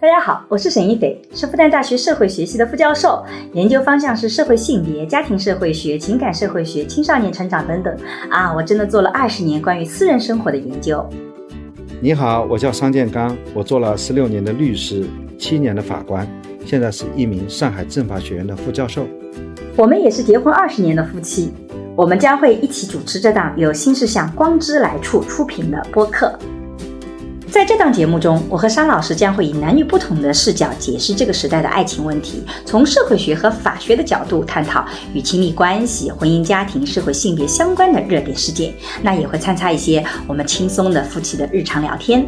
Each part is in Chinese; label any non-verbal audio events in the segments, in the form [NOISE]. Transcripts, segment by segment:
大家好，我是沈一斐，是复旦大学社会学系的副教授，研究方向是社会性别、家庭社会学、情感社会学、青少年成长等等。啊，我真的做了二十年关于私人生活的研究。你好，我叫商建刚，我做了十六年的律师，七年的法官，现在是一名上海政法学院的副教授。我们也是结婚二十年的夫妻，我们将会一起主持这档由新事项光之来处出品的播客。在这档节目中，我和沙老师将会以男女不同的视角解释这个时代的爱情问题，从社会学和法学的角度探讨与亲密关系、婚姻家庭、社会性别相关的热点事件。那也会参差一些我们轻松的夫妻的日常聊天。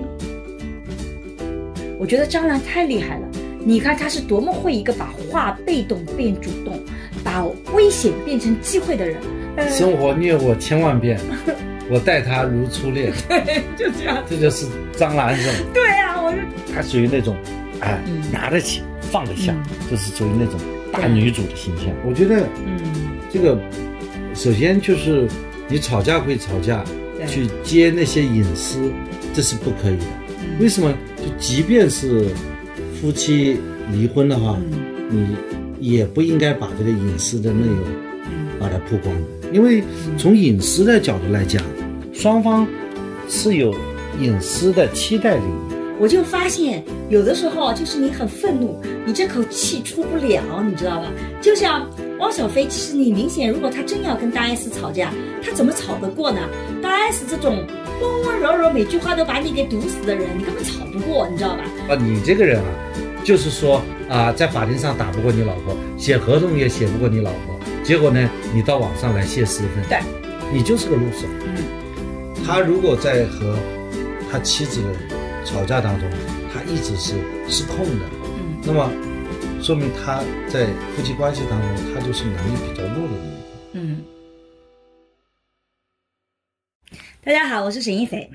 我觉得张兰太厉害了，你看她是多么会一个把化被动变主动，把危险变成机会的人。呃嗯生活虐我千万遍， [LAUGHS] 我待他如初恋， [LAUGHS] 就这样。这就是张兰这 [LAUGHS] 种，对啊，我就她属于那种，哎嗯，拿得起放得下嗯，就是属于那种大女主的形象。我觉得嗯，这个，首先就是你吵架归吵架，对去揭那些隐私，这是不可以的。嗯为什么？就即便是夫妻离婚的话，嗯你也不应该把这个隐私的内容嗯把它曝光，因为从隐私的角度来讲，双方是有隐私的期待里面。我就发现有的时候啊就是你很愤怒，你这口气出不了，你知道吧？就像汪小菲，其实你明显，如果他真要跟大 S 吵架，他怎么吵得过呢？大 S 这种温温柔柔，每句话都把你给堵死的人，你根本吵不过，你知道吧？啊，你这个人啊，就是说啊，在法庭上打不过你老婆，写合同也写不过你老婆，结果呢，你到网上来泄私愤，对，你就是个 loser。他嗯如果在和他妻子的吵架当中，他一直是失控的，嗯那么说明他在夫妻关系当中，他就是能力比较弱的那一方。嗯。大家好，我是沈一斐。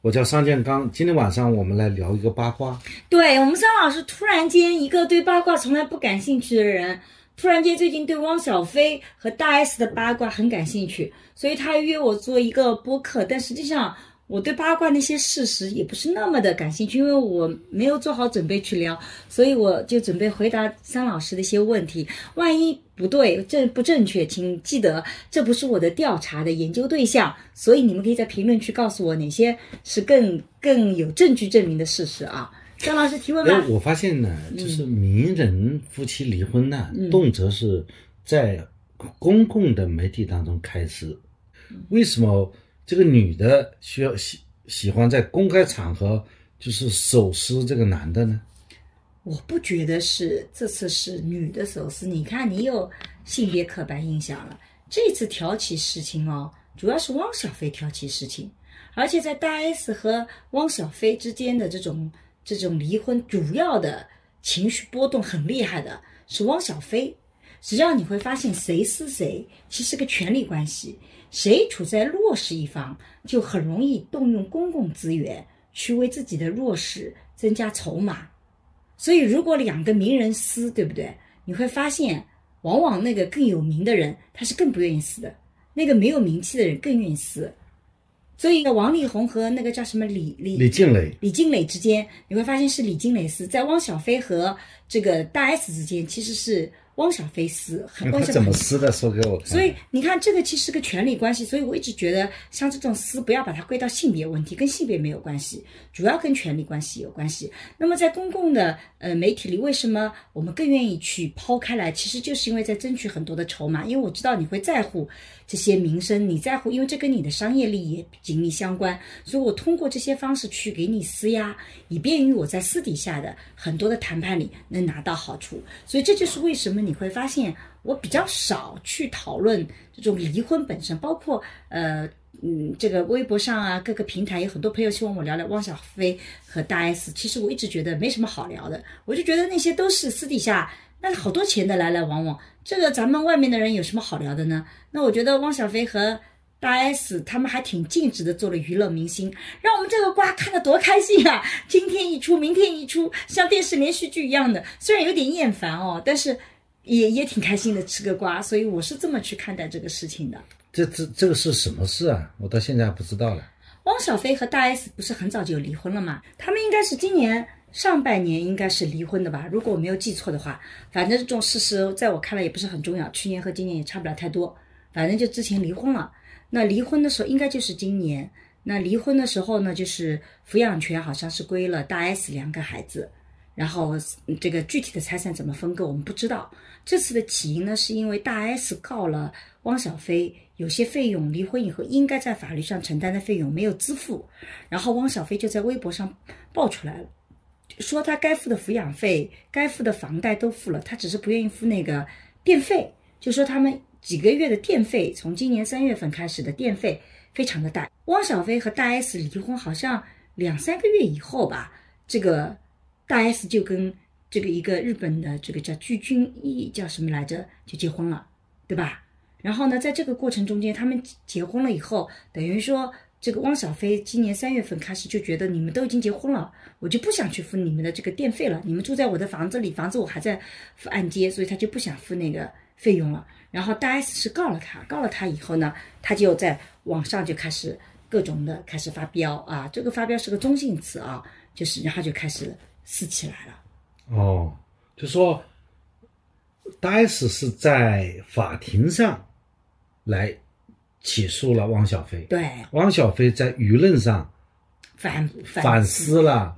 我叫商建刚，今天晚上我们来聊一个八卦。对我们张老师突然间，一个对八卦从来不感兴趣的人，突然间最近对汪小菲和大 S 的八卦很感兴趣，所以他约我做一个播客。但实际上，我对八卦那些事实也不是那么的感兴趣，因为我没有做好准备去聊，所以我就准备回答张老师的一些问题。万一不对，这不正确，请记得这不是我的调查的研究对象，所以你们可以在评论区告诉我哪些是更更有证据证明的事实啊。张老师提问哎吧，。我发现呢，就是名人夫妻离婚呢，嗯动辄是在公共的媒体当中开始。为什么这个女的需要喜喜欢在公开场合就是手撕这个男的呢？我不觉得是这次是女的手撕，你看你有性别刻板印象了。这次挑起事情哦，主要是汪小菲挑起事情，而且在大 S 和汪小菲之间的这种这种离婚，主要的情绪波动很厉害的是汪小菲。实际上你会发现，谁撕谁其实是个权力关系，谁处在弱势一方，就很容易动用公共资源去为自己的弱势增加筹码。所以，如果两个名人撕，对不对？你会发现，往往那个更有名的人，他是更不愿意撕的；那个没有名气的人更愿意撕。所以，王力宏和那个叫什么李李李静蕾，李金磊之间，你会发现是李金磊撕，在汪小菲和这个大 S 之间，其实是汪小菲撕，很她汪小 [LAUGHS] 怎菲么。撕的？说给我看。所以你看，这个其实是个权力关系，所以我一直觉得像这种撕，不要把它归到性别问题，跟性别没有关系，主要跟权力关系有关系。那么在公共的呃媒体里，为什么我们更愿意去抛开来？其实就是因为在争取很多的筹码，因为我知道你会在乎这些民生，你在乎，因为这跟你的商业利益也紧密相关，所以我通过这些方式去给你施压，以便于我在私底下的很多的谈判里能拿到好处。所以这就是为什么你会发现我比较少去讨论这种离婚本身，包括呃。嗯，这个微博上啊，各个平台有很多朋友希望我聊聊汪小菲和大 S。其实我一直觉得没什么好聊的，我就觉得那些都是私底下那好多钱的来来往往，这个咱们外面的人有什么好聊的呢？那我觉得汪小菲和大 S 他们还挺尽职的做了娱乐明星，让我们这个瓜看得多开心啊！今天一出，明天一出，像电视连续剧一样的，虽然有点厌烦哦，但是也也挺开心的吃个瓜，所以我是这么去看待这个事情的。这这这个是什么事啊？我到现在还不知道了。汪小菲和大 S 不是很早就离婚了吗？他们应该是今年上半年应该是离婚的吧，如果我没有记错的话。反正这种事实在我看来也不是很重要，去年和今年也差不了太多。反正就之前离婚了，那离婚的时候应该就是今年。那离婚的时候呢，就是抚养权好像是归了大 S 两个孩子，然后嗯这个具体的财产怎么分割我们不知道。这次的起因呢，是因为大 S 告了汪小菲，有些费用离婚以后应该在法律上承担的费用没有支付，然后汪小菲就在微博上爆出来了，说他该付的抚养费、该付的房贷都付了，他只是不愿意付那个电费，就说他们几个月的电费，从今年三月份开始的电费非常的大。汪小菲和大 S 离婚好像两三个月以后吧，这个大 S 就跟这个一个日本的这个叫具俊逸叫什么来着，就结婚了，对吧？然后呢，在这个过程中间，他们结婚了以后，等于说这个汪小菲今年三月份开始就觉得你们都已经结婚了，我就不想去付你们的这个电费了。你们住在我的房子里，房子我还在付按揭，所以他就不想付那个费用了。然后大 S 是告了他，告了他以后呢，他就在网上就开始各种的开始发飙啊，这个发飙是个中性词啊，就是然后就开始撕起来了。哦，就说大 S 是在法庭上来起诉了汪小菲，对，汪小菲在舆论上反反思了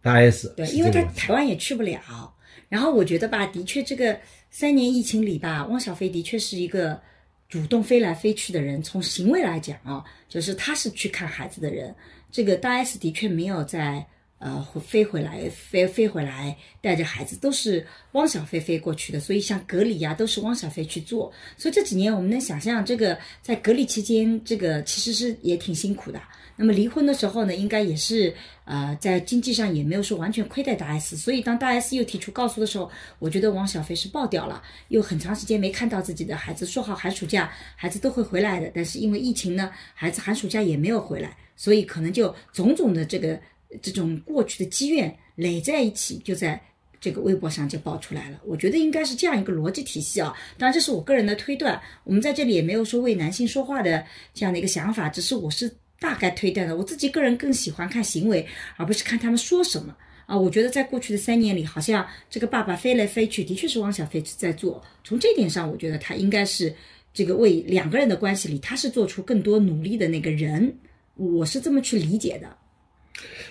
大 S，对，是因为他这个意思台湾也去不了。然后我觉得吧，的确这个三年疫情里吧，汪小菲的确是一个主动飞来飞去的人。从行为来讲啊，就是他是去看孩子的人。这个大 S 的确没有在呃回飞回来飞飞回来带着孩子，都是汪小菲飞过去的。所以像隔离呀、都是汪小菲去做。所以这几年我们能想象，这个在隔离期间，这个其实是也挺辛苦的。那么离婚的时候呢，应该也是呃，在经济上也没有说完全亏待大 S，所以当大 S 又提出告诉的时候，我觉得王小菲是爆掉了，又很长时间没看到自己的孩子，说好寒暑假孩子都会回来的，但是因为疫情呢，孩子寒暑假也没有回来，所以可能就种种的这个这种过去的积怨累在一起，就在。这个微博上就爆出来了，我觉得应该是这样一个逻辑体系啊。当然，这是我个人的推断，我们在这里也没有说为男性说话的这样的一个想法，只是我是大概推断的。我自己个人更喜欢看行为，而不是看他们说什么啊。我觉得在过去的三年里，好像这个爸爸飞来飞去，的确是汪小菲在做。从这点上，我觉得他应该是这个为两个人的关系里，他是做出更多努力的那个人，我是这么去理解的。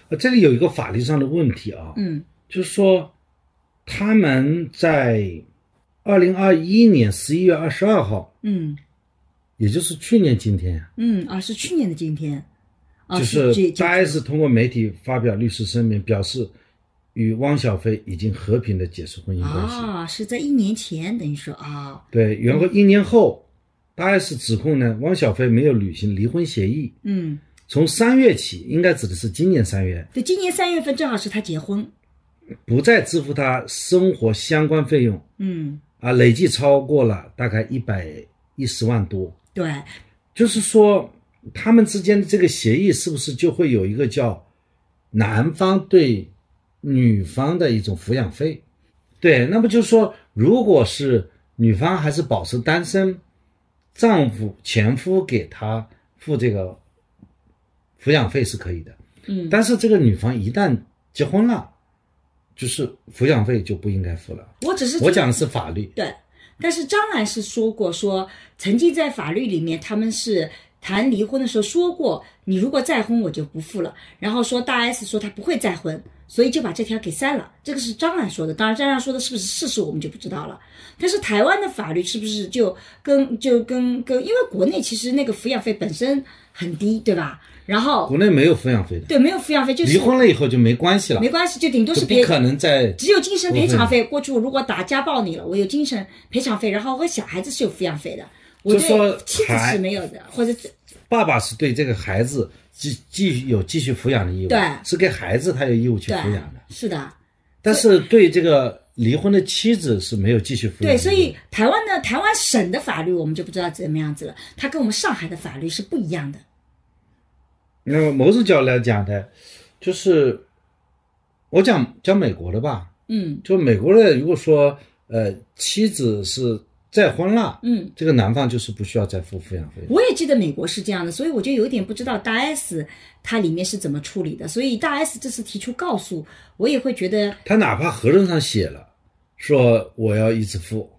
呃这里有一个法律上的问题啊，嗯就是说他们在二零二一年十一月二十二号，嗯也就是去年今天呀，嗯，啊，是去年的今天，啊，就是这这大 S 通过媒体发表律师声明，表示与汪小菲已经和平的解除婚姻关系。啊，是在一年前，等于说啊，对，然后一年后，大 S 指控呢，汪小菲没有履行离婚协议。嗯，从三月起，应该指的是今年三月，对，今年三月份正好是他结婚，不再支付他生活相关费用嗯，啊，累计超过了大概一百一十万多。对，就是说，他们之间的这个协议是不是就会有一个叫男方对女方的一种抚养费？对，那么就是说，如果是女方还是保持单身，丈夫前夫给她付这个抚养费是可以的，嗯，但是这个女方一旦结婚了，就是抚养费就不应该付了。我只是我讲的是法律，对，但是张兰是说过说，曾经在法律里面他们是谈离婚的时候说过，你如果再婚我就不付了。然后说大 S 说她不会再婚，所以就把这条给删了。这个是张兰说的，当然张兰说的是不是事实我们就不知道了。但是台湾的法律是不是就跟就跟跟，因为国内其实那个抚养费本身很低，对吧？然后国内没有抚养费的，对没有抚养费就是离婚了以后就没关系了，没关系，就顶多就是不别可能再只有精神赔偿费。过去我如果打家暴你了，我有精神赔偿费，然后我小孩子是有抚养费的，我就说对妻子孩是没有的，或者是爸爸是对这个孩子继继有继续抚养的义务，对是给孩子他有义务去对啊抚养的，是的，但是对这个离婚的妻子是没有继续抚养的义对，务。所以台湾的台湾省的法律我们就不知道怎么样子了，它跟我们上海的法律是不一样的。那么某种角度来讲呢，就是我讲讲美国的吧，嗯就美国的，如果说呃妻子是再婚了，嗯，这个男方就是不需要再付抚养费。我也记得美国是这样的，所以我就有点不知道大 S 它里面是怎么处理的。所以大 S 这次提出告诉，我也会觉得他哪怕合同上写了说我要一直付，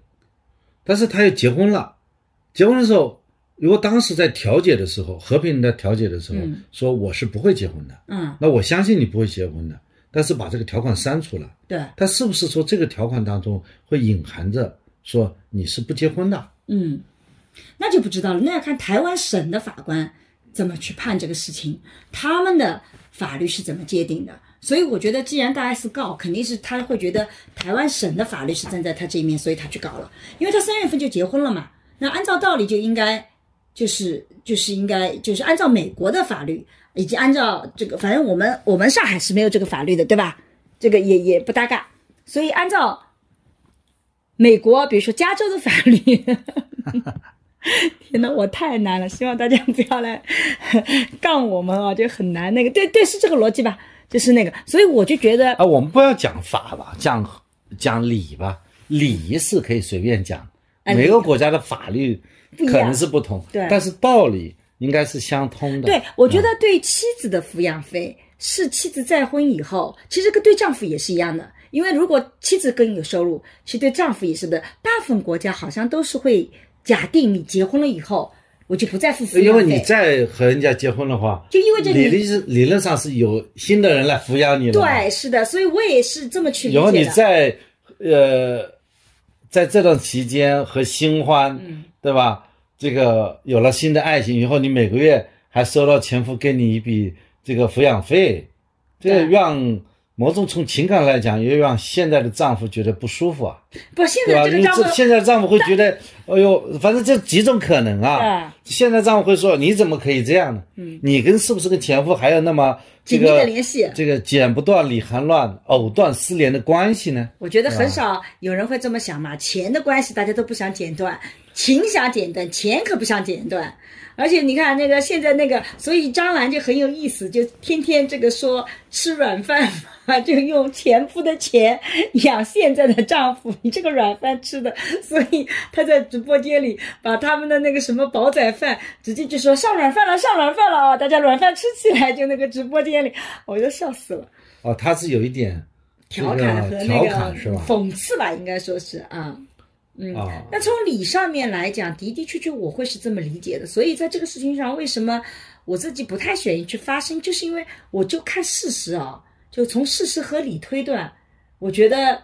但是他又结婚了，结婚的时候，如果当时在调解的时候，和平的调解的时候、嗯说我是不会结婚的，嗯，那我相信你不会结婚的，但是把这个条款删除了，对，他是不是说这个条款当中会隐含着说你是不结婚的？嗯，那就不知道了。那要看台湾省的法官怎么去判这个事情，他们的法律是怎么界定的。所以我觉得，既然大 S 告，肯定是他会觉得台湾省的法律是站在他这一面，所以他去告了。因为他三月份就结婚了嘛，那按照道理就应该就是就是应该就是按照美国的法律，以及按照这个，反正我们我们上海是没有这个法律的，对吧？这个也也不搭嘎，所以按照美国，比如说加州的法律， [LAUGHS] 天呐，我太难了，希望大家不要来杠我们啊，就很难那个，对对，是这个逻辑吧？就是那个，所以我就觉得啊，我们不要讲法吧，讲讲理吧，理是可以随便讲，哎每个国家的法律不一样可能是不同，对但是道理应该是相通的。对，我觉得嗯对妻子的抚养费是妻子再婚以后，其实跟对丈夫也是一样的。因为如果妻子更有收入，其实对丈夫也是的。大部分国家好像都是会假定你结婚了以后，我就不再付抚养费，因为你再和人家结婚的话，就意味着理你论是理论上是有新的人来抚养你了。对，是的，所以我也是这么去理解然的。后你在呃，在这段期间和新欢，嗯对吧？这个有了新的爱情以后，你每个月还收到前夫给你一笔这个抚养费，这个对让某种从情感来讲，也让现在的丈夫觉得不舒服啊，不，现对吧？在这因个丈为夫这现在丈夫会觉得，哎呦，反正这几种可能啊。现在丈夫会说，你怎么可以这样呢？嗯你跟是不是跟前夫还有那么这紧密的个联系，这个剪不断理还乱，藕断丝连的关系呢？我觉得很少有人会这么想嘛。钱的关系大家都不想剪断，情想剪断，钱可不想剪断。而且你看那个现在那个，所以张兰就很有意思，就天天这个说吃软饭嘛， [LAUGHS] 就用前夫的钱养现在的丈夫，你这个软饭吃的，所以她在直播间里把他们的那个什么煲仔饭直接就说上软饭了，上软饭了啊，大家软饭吃起来，就那个直播间里，我就笑死了。哦，他是有一点这调侃和个那调个侃是吧？讽刺吧，应该说是啊。啊，那从理上面来讲，的的确确我会是这么理解的。所以在这个事情上，为什么我自己不太愿意去发声，就是因为我就看事实啊，就从事实和理推断，我觉得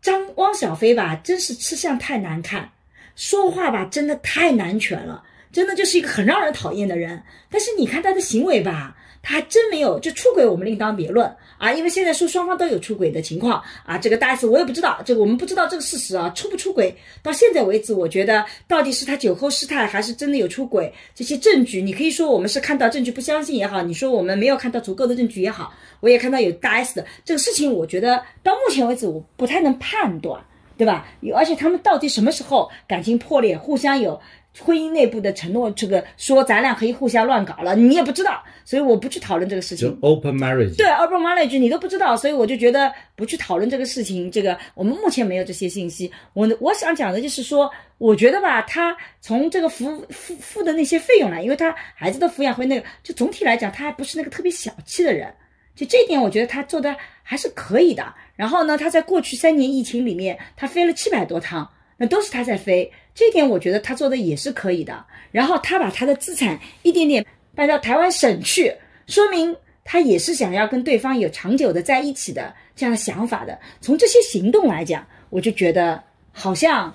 张汪小菲吧，真是吃相太难看，说话吧真的太难全了，真的就是一个很让人讨厌的人。但是你看他的行为吧，他还真没有，就出轨我们另当别论啊，因为现在说双方都有出轨的情况啊，这个大 S 我也不知道，这个我们不知道这个事实啊，出不出轨，到现在为止，我觉得到底是他酒后失态，还是真的有出轨，这些证据，你可以说我们是看到证据不相信也好，你说我们没有看到足够的证据也好，我也看到有大 S 的这个事情，我觉得到目前为止我不太能判断。对吧？而且他们到底什么时候感情破裂，互相有婚姻内部的承诺，这个说咱俩可以互相乱搞了，你也不知道，所以我不去讨论这个事就情。 open marriage，对 urban marriage 你都不知道，所以我就觉得不去讨论这个事情。这个我们目前没有这些信息。我我想讲的就是说，我觉得吧，他从这个付付付的那些费用来，因为他孩子的抚养费那个，就总体来讲，他还不是那个特别小气的人。就这一点，我觉得他做的还是可以的。然后呢，他在过去三年疫情里面，他飞了七百多趟，那都是他在飞，这一点我觉得他做的也是可以的。然后他把他的资产一点点搬到台湾省去，说明他也是想要跟对方有长久的在一起的这样的想法的。从这些行动来讲，我就觉得好像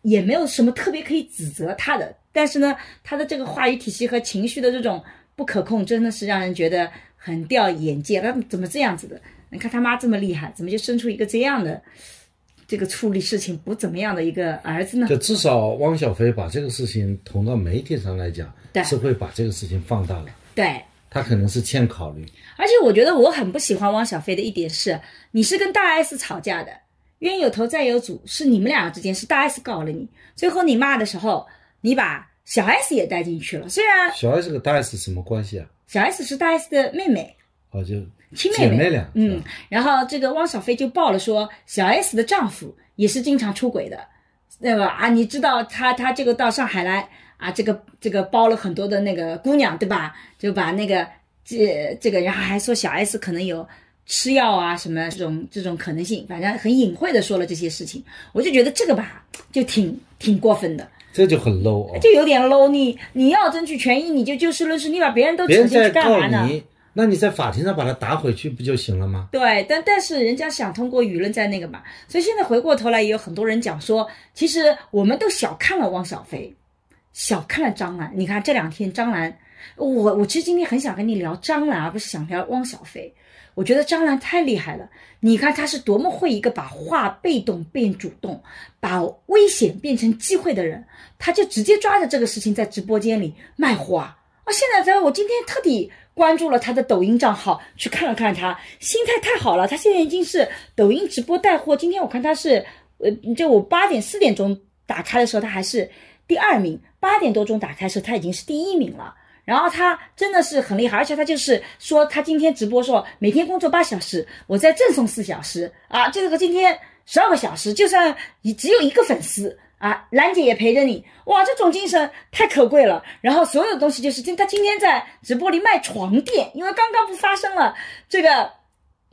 也没有什么特别可以指责他的。但是呢，他的这个话语体系和情绪的这种不可控，真的是让人觉得很掉眼界。他怎么这样子的？你看他妈这么厉害，怎么就生出一个这样的这个处理事情不怎么样的一个儿子呢？就至少汪小菲把这个事情捅到媒体上来讲对，是会把这个事情放大的。对，他可能是欠考虑，而且我觉得我很不喜欢汪小菲的一点是，你是跟大 S 吵架的，冤有头债有主，是你们俩之间，是大 S 告了你，最后你骂的时候，你把小 S 也带进去了，虽然小 S 和大 S 什么关系啊？小 S 是大 S 的妹妹，哦，就亲妹姐妹妹俩，是嗯吧，，然后这个汪小菲就爆了说，小 S 的丈夫也是经常出轨的，那个啊，你知道他他这个到上海来啊，这个这个包了很多的那个姑娘，对吧？就把那个这这个，然后还说小 S 可能有吃药啊什么这种这种可能性，反正很隐晦的说了这些事情，我就觉得这个吧，就挺挺过分的，这就很 low 哦。就有点 low 你。你要争取权益，你就就事论事，你把别人都别扯人进去在干告嘛呢？你，那你在法庭上把他打回去不就行了吗？对，但但是人家想通过舆论在那个嘛，所以现在回过头来，也有很多人讲说，其实我们都小看了汪小菲，小看了张兰。你看这两天张兰，我我其实今天很想跟你聊张兰，而不是想聊汪小菲。我觉得张兰太厉害了，你看她是多么会一个把化被动变主动，把危险变成机会的人，她就直接抓着这个事情在直播间里卖花。啊，现在在我今天特地关注了他的抖音账号，去看了看他，心态太好了。他现在已经是抖音直播带货。今天我看他是，呃，就我八点四点钟打开的时候，他还是第二名；八点多钟打开的时候，他已经是第一名了。然后他真的是很厉害，而且他就是说，他今天直播说每天工作八小时，我再赠送四小时啊，这个今天十二个小时，就算你只有一个粉丝啊，兰姐也陪着你，哇，这种精神太可贵了。然后所有的东西就是今他今天在直播里卖床垫，因为刚刚不发生了这个。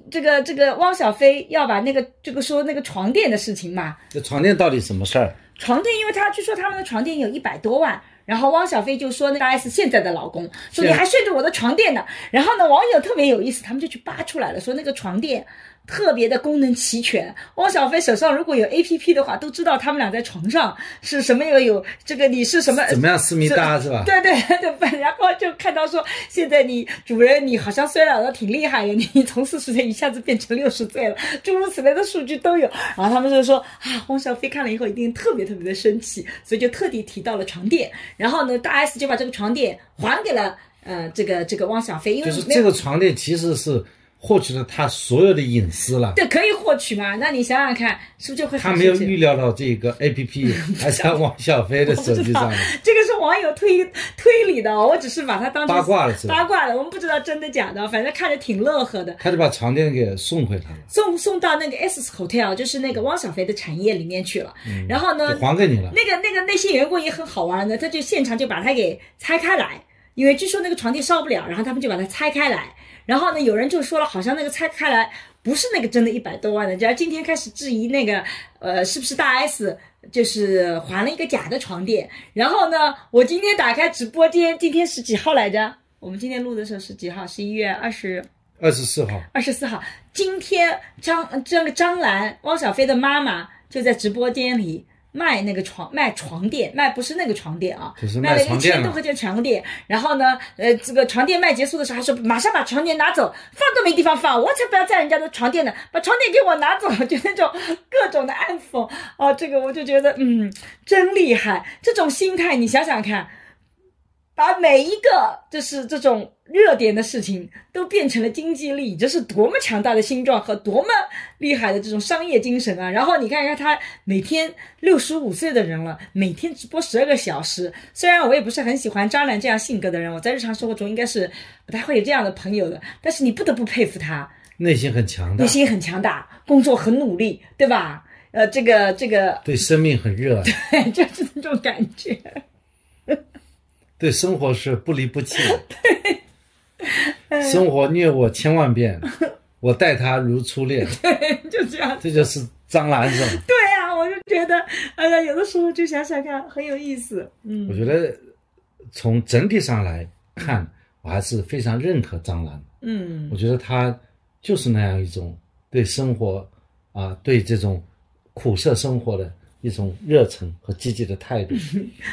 这个这个汪小菲要把那个这个说那个床垫的事情嘛，这床垫到底什么事儿？床垫，因为他据说他们的床垫有一百多万，然后汪小菲就说那个 S 现在的老公说是你还睡着我的床垫呢，然后呢网友特别有意思，他们就去扒出来了，说那个床垫特别的功能齐全，汪小菲手上如果有 A P P 的话，都知道他们俩在床上是什么有有这个你是什 [LAUGHS] 么怎么样，思密达是吧？对对对对，然后就看到说，现在你主人你好像衰老的挺厉害的， [LAUGHS] 你从四十岁一下子变成六十岁了，诸如此类的数据都有。然后他们就说啊，汪小菲看了以后一定特别特别的生气，所以就特地提到了床垫。然后呢，大 S 就把这个床垫还给了呃这个这个汪小菲，因为就是没这有个床垫其实是获取了他所有的隐私了。对可以获取嘛。那你想想看，是不是就会很他没有生气预料到这个 A [LAUGHS] P P 还在王小飞的手机上面，这个是网友推推理的哦，我只是把它当成八卦了是吧八卦了，我们不知道真的假的，反正看着挺乐呵的。 [LAUGHS] 他就把床垫给送回他了，送送到那个 S Hotel，就是那个汪小菲的产业里面去了。然后呢嗯就，还给你了。那个那个那些员工也很好玩的，他就现场就把它给拆开来，因为据说那个床垫烧不了，然后他们就把它拆开来。然后呢，有人就说了，好像那个拆开来不是那个真的一百多万的，然后今天开始质疑那个呃是不是大 S 就是还了一个假的床垫。然后呢，我今天打开直播间，今天是几号来着？我们今天录的时候是几号？十一月二十。二十四号，二十四号，今天张这个张兰汪小菲的妈妈就在直播间里卖那个床卖床垫，卖不是那个床垫啊，就是卖卖了一床垫千了多块钱床垫。然后呢，呃，这个床垫卖结束的时候还说马上把床垫拿走，放都没地方放，我才不要占人家的床垫呢，把床垫给我拿走， [LAUGHS] 就那种各种的暗讽哦，这个我就觉得嗯，真厉害，这种心态你想想看。把每一个就是这种热点的事情都变成了经济利益，这是多么强大的心脏和多么厉害的这种商业精神啊！然后你看看他每天六十五岁的人了，每天直播十二个小时。虽然我也不是很喜欢张兰这样性格的人，我在日常生活中应该是不太会有这样的朋友的，但是你不得不佩服他，内心很强大内，心很强大，工作很努力，对吧？呃，这个这个， [LAUGHS] 对生命很热爱，就是那种感觉。 [LAUGHS] 对生活是不离不弃 [LAUGHS] 的。生活虐我千万遍，我待他如 [LAUGHS] 初恋。就这样。这就是张兰是吧？对呀、我就觉得，哎呀，有的时候就想想看，很有意思。我嗯，觉得从整体上来看，我还是非常认可张兰。嗯我，觉得他就是那样一种对生活啊，对这种苦涩生活的一种热忱和积极的 [LAUGHS] 态度。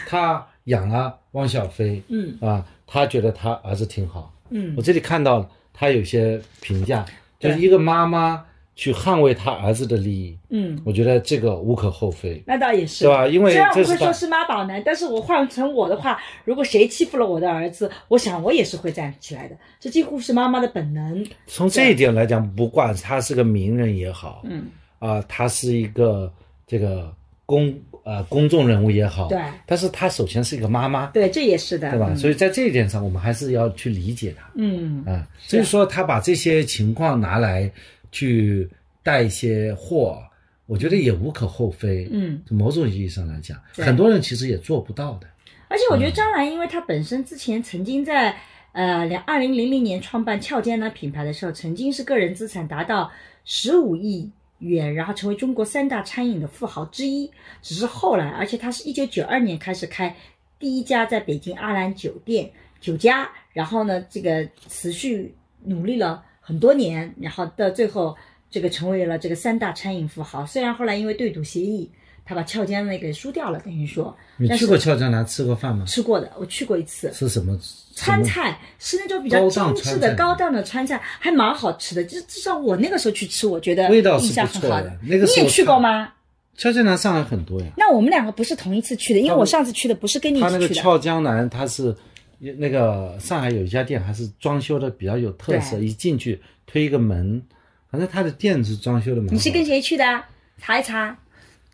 他养了汪小菲，嗯啊，他觉得他儿子挺好。嗯我这里看到他有些评价，对就是一个妈妈去捍卫他儿子的利益，嗯，我觉得这个无可厚非，那倒也是，对吧？因为虽然我这不是会他说是妈宝男，但是我换成我的话，如果谁欺负了我的儿子，我想我也是会站起来的。这几乎是妈妈的本能。从这一点来讲，不管他是个名人也好，嗯，啊，他是一个这个公呃公众人物也好，对但是他首先是一个妈妈，对，这也是的，对吧？嗯所以在这一点上，我们还是要去理解他嗯，啊。所以说，他把这些情况拿来去带一些货我觉得也无可厚非。嗯，从某种意义上来讲，对很多人其实也做不到的。而且我觉得张兰，因为她本身之前曾经在呃两二零零零年创办俏江南品牌的时候，曾经是个人资产达到十五亿元，然后成为中国三大餐饮的富豪之一。只是后来，而且她是一九九二年开始开第一家在北京阿兰酒店酒家，然后呢，这个持续努力了很多年，然后到最后这个成为了这个三大餐饮富豪。虽然后来因为对赌协议，他把俏江南给输掉了，等于说。你但去是过俏江南吃过饭吗？吃过的，我去过一次。是什么川？什么菜是那种比较精致的高高档档的川菜，还蛮好吃的。至至少我那个时候去吃，我觉得味道是印象不很错好的那个你是也我去看过吗？俏江南上海很多呀。那我们两个不是同一次去的，因为他我们上次去的不是跟你一他那起个去的。俏江南，它是那个上海有一家店，还是装修的比较有特色，对一进去推一个门，反正它的店是装修的蛮好的。你是跟谁去的？啊查一查。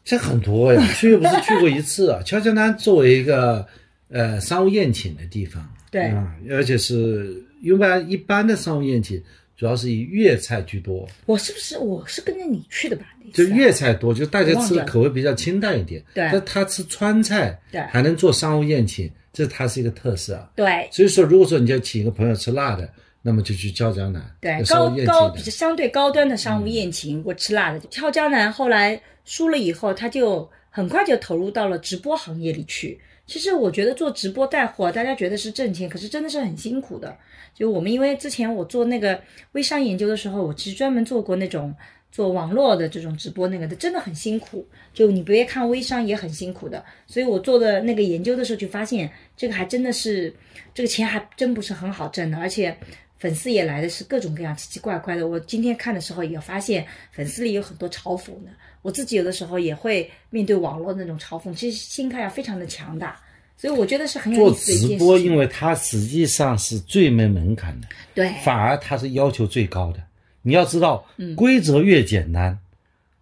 这很多呀， [LAUGHS] 去又不是去过一次啊。乔乔丹作为一个呃商务宴请的地方，对啊、而且是一般一般的商务宴请主要是以粤菜居多，我是不是我是跟着你去的吧？啊那就次粤菜多，就大家吃我忘的了口味比较清淡一点。对但他吃川菜，对还能做商务宴请，这它是一个特色啊。对所以说，如果说你要请一个朋友吃辣的，那么就去椒江南，对有高商务宴高请比的较。相对高端的商务宴请，我吃辣的。俏江南后来输了以后，他就很快就投入到了直播行业里去。其实我觉得做直播带货，大家觉得是挣钱，可是真的是很辛苦的。就我们因为之前我做那个微商研究的时候，我其实专门做过那种做网络的这种直播，那个的真的很辛苦。就你别看微商也很辛苦的，所以我做的那个研究的时候就发现，这个还真的是这个钱还真不是很好挣的，而且。粉丝也来的是各种各样奇奇怪怪的。我今天看的时候也发现，粉丝里有很多嘲讽的。我自己有的时候也会面对网络那种嘲讽，其实心态要非常的强大。所以我觉得是很有做意思的一件事直情。播，因为它实际上是最没门槛的。对反而它是要求最高的。你要知道，嗯规则越简单，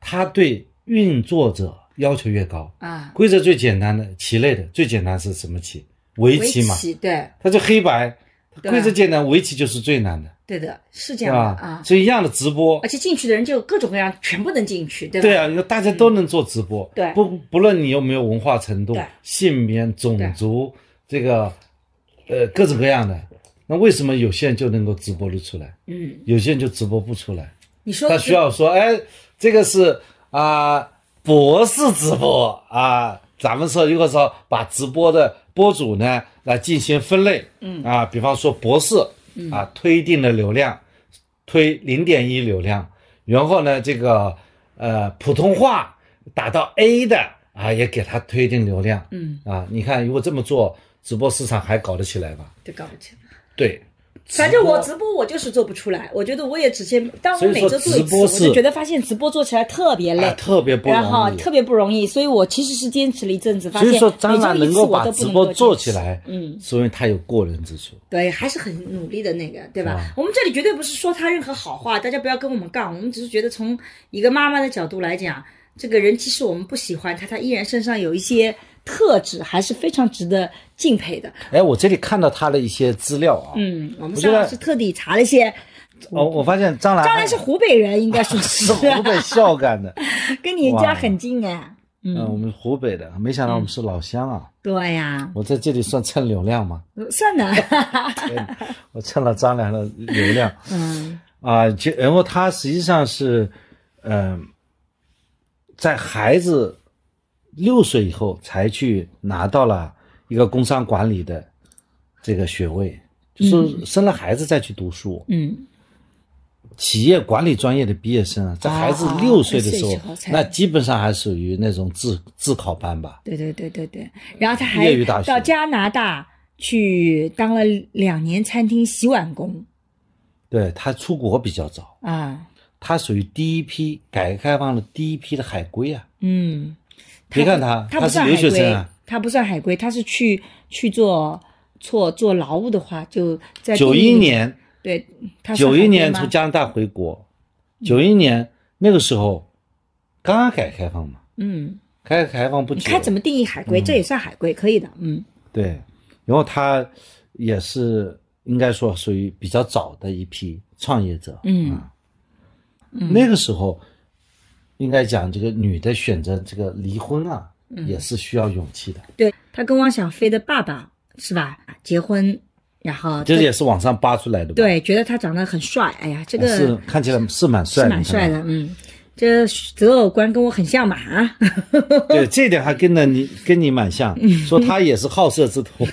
它对运作者要求越高。啊，规则最简单的棋类的，最简单是什么棋？围围棋嘛，对它就黑白。对规则简单，围棋就是最难的，对的，是这对样的吧？啊。所以一样的直播而，且进去的人就有各种各样，全部能进去，对吧？嗯对啊，因为大家都能做直播，对不不论你有没有文化程度对、性别、种对族，这个呃各种各样的，那为什么有些人就能够直播的出来，嗯，有些人就直播不出来？你说他的需要说，哎，这个是啊、博士直播啊、咱们说如果说把直播的博主呢来进行分类，嗯啊，比方说博士嗯啊推一定的流量，推零点一流量，然后呢这个呃普通话打到 A 的啊也给他推一定流量，嗯啊，你看如果这么做，直播市场还搞得起来吗？对搞不清。对，反正我直播我就是做不出来，我觉得我也只见，但我所以每说周做一直次，播我是就觉得发现直播做起来特别累，啊特别不容易，然后特别不容易，所以我其实是坚持了一阵子，发所现以说，每张周兰一能次够我把都直不能播够做坚持起来，嗯，说明他有过人之处。对，还是很努力的那个，对吧？啊我们这里绝对不是说他任何好话，大家不要跟我们杠，我们只是觉得从一个妈妈的角度来讲，这个人即使我们不喜欢他，他依然身上有一些特质，还是非常值得敬佩的。哎，我这里看到他的一些资料啊，嗯，我们我觉张得老师特地查了一些，哦，我发现张兰张兰是湖北人，应该说 [LAUGHS] 是是，湖 [LAUGHS] 北孝感的，跟你哇家很近哎。嗯，我们湖北的，没想嗯到我们是老乡啊。对呀、我在这里算蹭流量吗？算 [LAUGHS] 了，我蹭了张兰的流量嗯，啊，就然后他实际上是，嗯、在孩子六岁以后才去拿到了一个工商管理的这个学位，就是生了孩子再去读书。嗯，企业管理专业的毕业生啊，在孩子哦六岁的时六岁候时候，才那基本上还属于那种自自考班吧。对对对对对。然后他还业余大学到加拿大去当了两年餐厅洗碗工对他出国比较早，啊，他属于第一批改革开放的第一批的海归啊。嗯，别看他，他不是算留海学归生啊，，他不算海归，他是去去做做做劳务的话，就在九定一义年，对，他算九海一归年吗从加拿大回国，九一年那个时候刚刚改革开放嘛，嗯，改革开放不你久，看怎么定义海嗯归，这也算海归，可以的，嗯对，然后他也是应该说属于比较早的一批创业者。嗯啊那个时候，应该讲这个女的选择这个离婚啊，嗯也是需要勇气的，对他跟汪小菲的爸爸是吧？结婚，然后这也是网上扒出来的吧？对，觉得他长得很帅，哎呀，这个啊是看起来是蛮帅是的，蛮帅你看的，嗯，这择偶观跟我很像嘛啊，到 [LAUGHS] 吗。对，这点还跟着你跟你蛮像，嗯说他也是好色 [LAUGHS] 之徒。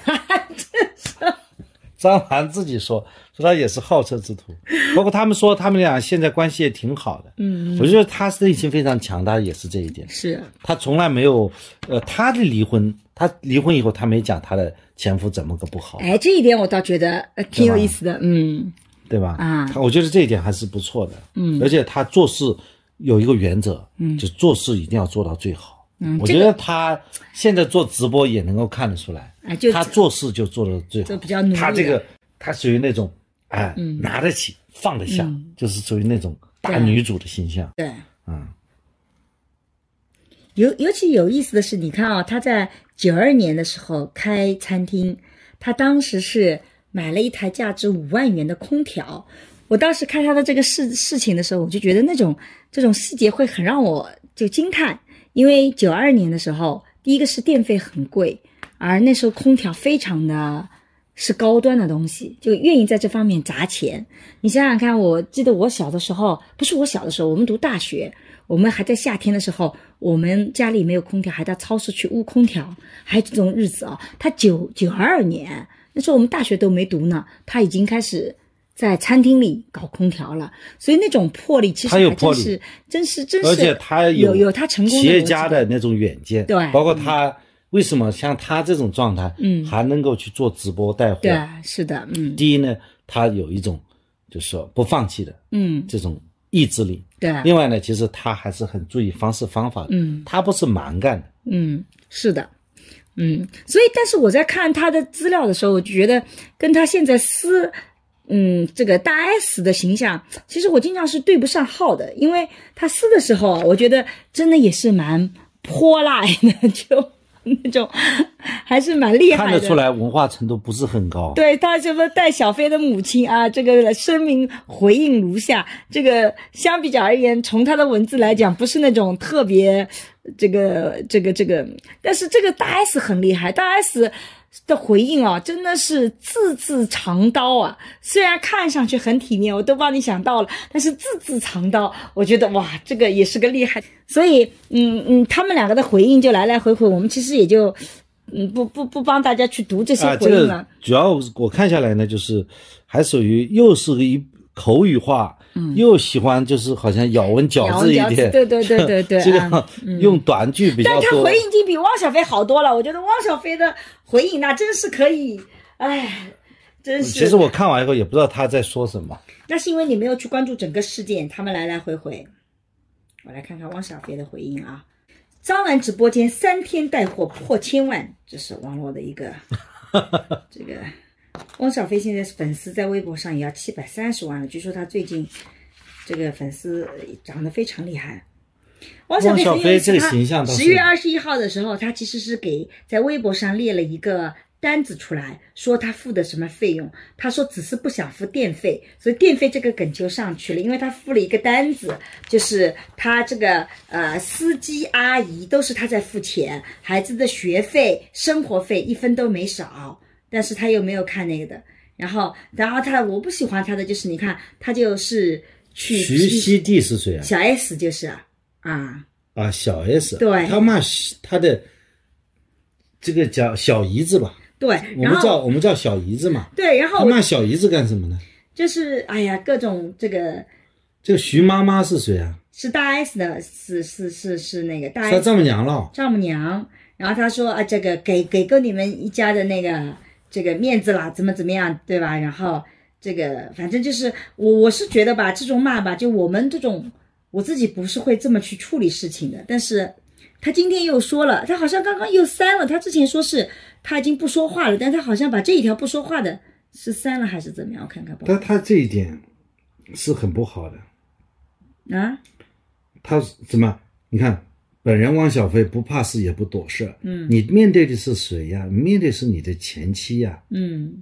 张兰自己说说他也是好色之徒，包括他们说他们俩现在关系也挺好的。嗯，我觉得他内心非常强大，也是这一点。是，他从来没有，呃，他的离婚，他离婚以后，他没讲他的前夫怎么个不好，哎，这一点我倒觉得呃挺有意思的，嗯对吧？啊他我觉得这一点还是不错的。嗯而且他做事有一个原则，嗯就做事一定要做到最好。嗯，我这觉个得他现在做直播也能够看得出来，哎就他做事就做的最好，就比较努力啊他这个他属于那种，哎，嗯拿得起放得下，嗯就是属于那种大对女主的形象对。啊、尤尤其有意思的是，你看啊、他在九二年的时候开餐厅，他当时是买了一台价值五万元的空调。我当时看他的这个事事情的时候，我就觉得那种这种细节会很让我就惊叹，因为九二年的时候，第一个是电费很贵，而那时候空调非常的是高端的东西，就愿意在这方面砸钱。你想想看，我记得我小的时候，不是我小的时候，我们读大学，我们还在夏天的时候，我们家里没有空调，还到超市去捂空调，还有这种日子啊。他九九二年那时候我们大学都没读呢，他已经开始在餐厅里搞空调了，所以那种魄力其实他有还魄真力是真是真是，而且他有有他成功企业逻辑家的那种远见，对包括他为什么像他这种状态，嗯还能够去做直播带货。对，是的，嗯第一呢，他有一种就是说不放弃的嗯，这种意志力。对，另外呢，其实他还是很注意方式方法的，嗯他不是蛮干的，嗯，是的，嗯，所以，但是我在看他的资料的时候，我就觉得跟他现在撕，嗯，这个大 S 的形象，其实我经常是对不上号的，因为他撕的时候啊，我觉得真的也是蛮泼辣的， [LAUGHS] 就那种还是蛮厉害看的，得出来文化程度不是很高。对他什么带小飞的母亲啊，这个声明回应如下：这个相比较而言，从他的文字来讲，不是那种特别这个这个这个，但是这个大 S 很厉害，大 S 的回应啊，真的是字字长刀啊。虽然看上去很体面，我都帮你想到了，但是字字长刀，我觉得哇，这个也是个厉害。所以，嗯嗯，他们两个的回应就来来回回，我们其实也就。嗯，不不不帮大家去读这些啊，回这应了个。主要我看下来呢，就是还属于又是个一口语化，嗯，又喜欢就是好像咬文嚼字一咬文嚼字点，对对对对对 [LAUGHS] 这啊个用短句比较但他多回。应已经比汪小菲好多了。我觉得汪小菲的回应那真是可以，哎，真是。嗯其实我看完以后也不知道他在说什么，那是因为你没有去关注整个事件，他们来来回回。我来看看汪小菲的回应啊。张兰直播间三天带货破千万，这是网络的一个这个。汪小菲现在粉丝在微博上也要七百三十万了，据说他最近这个粉丝涨得非常厉害。汪小菲很汪小有菲意思这，个形象倒是十月二十一号的时候，他其实是给在微博上列了一个单子出来，说他付的什么费用。他说只是不想付电费，所以电费这个梗就上去了，因为他付了一个单子，就是他这个呃司机阿姨都是他在付钱，孩子的学费、生活费一分都没少，但是他又没有看那个的。然后，然后他我不喜欢他的就是，你看他就是去徐熙娣是谁啊？小 S 就是啊啊，啊，小 S，对他骂他的这个叫小姨子吧，对，我然们叫后我们叫小姨子嘛，对，然他后我骂小姨子干什么呢？就是哎呀，各种这个这个徐妈妈是谁啊？是大 S 的，是是是是那个大是她 S 丈母娘了。丈母娘，然后他说啊，这个给给够你们一家的那个这个面子啦，怎么怎么样，对吧？然后这个反正就是我我是觉得吧，这种骂吧，就我们这种我自己不是会这么去处理事情的，但是。他今天又说了，他好像刚刚又删了。他之前说是他已经不说话了，但他好像把这一条不说话的是删了还是怎么样？我看看吧。但他这一点是很不好的。啊，他怎么？你看，本人汪小菲不怕事也不躲事，嗯你面对的是谁呀、面对是你的前妻呀、嗯，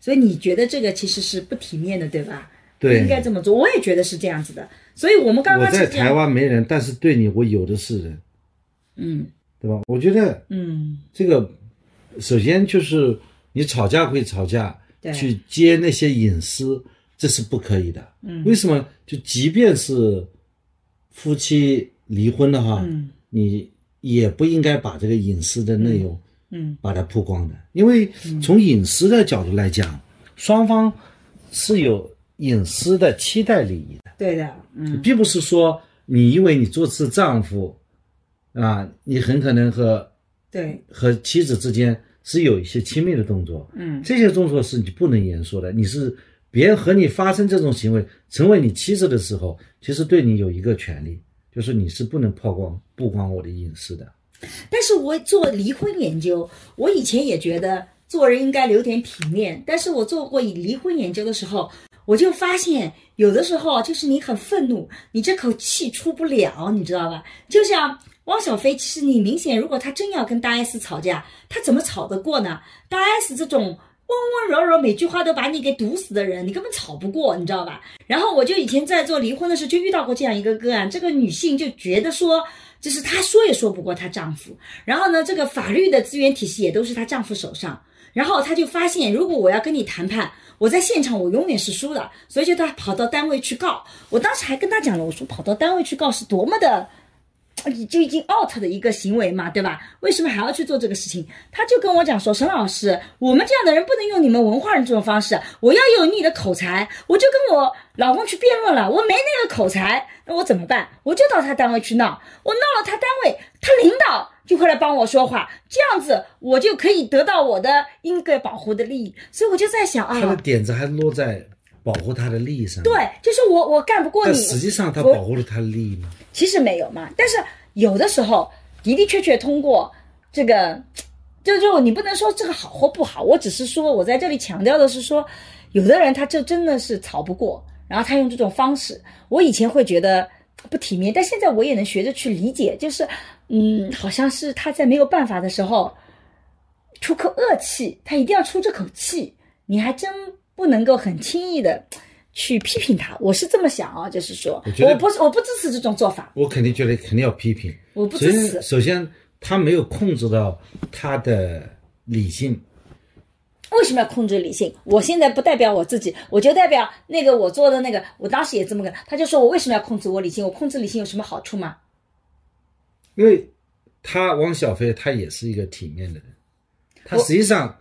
所以你觉得这个其实是不体面的，对吧？对不应该这么做，我也觉得是这样子的。所以我们刚我刚在是这样台，湾没人，但是对你我有的是人，嗯对吧？我觉得嗯，这个，首先就是你吵架会吵架，对去揭那些隐私，这是不可以的。嗯为什么？就即便是夫妻离婚了哈，嗯你也不应该把这个隐私的内容嗯把它曝光的，因为从隐私的角度来讲，双方是有隐私的期待利益的，对的，嗯并不是说你因为你做次丈夫啊，你很可能和对，和妻子之间是有一些亲密的动作，嗯这些动作是你不能言说的，你是别人和你发生这种行为，成为你妻子的时候，其实对你有一个权利，就是你是不能曝光曝光我的隐私的。但是我做离婚研究，我以前也觉得做人应该留点体面，但是我做过离婚研究的时候，我就发现有的时候就是你很愤怒，你这口气出不了，你知道吧？就像汪小菲，其实你明显如果他真要跟大 S 吵架，他怎么吵得过呢？大 S 这种。温温柔柔，每句话都把你给堵死的人，你根本吵不过，你知道吧？然后我就以前在做离婚的时候，就遇到过这样一个个案，这个女性就觉得说，就是她说也说不过她丈夫，然后呢，这个法律的资源体系也都是她丈夫手上。然后她就发现，如果我要跟你谈判，我在现场我永远是输的，所以就她跑到单位去告。我当时还跟她讲了，我说跑到单位去告是多么的。就已经 out 的一个行为嘛，对吧？为什么还要去做这个事情？她就跟我讲说，沈老师，我们这样的人不能用你们文化人这种方式，我要有你的口才。我就跟我老公去辩论了，我没那个口才，那我怎么办？我就到他单位去闹，我闹了他单位，他领导就会来帮我说话，这样子我就可以得到我的应该保护的利益。所以我就在想他的啊，点子还落在保护他的利益上，对，，就是我我干不过但你，实际上他我保护了他的利益吗？其实没有嘛，但是有的时候的的确确通过这个，就就你不能说这个好或不好，我只是说我在这里强调的是说，有的人他就真的是吵不过，然后他用这种方式，我以前会觉得不体面，但现在我也能学着去理解，就是嗯，好像是他在没有办法的时候出口恶气，他一定要出这口气，你还真不能够很轻易的。去批评他，我是这么想啊，就是说，我觉得我不是我不支持这种做法，我肯定觉得肯定要批评。我不首支先，持。首先他没有控制到他的理性，为什么要控制理性？我现在不代表我自己，我就代表那个我做的那个，我当时也这么跟他就说我为什么要控制我理性？我控制理性有什么好处吗？因为他汪小菲他也是一个体面的人，他我实际上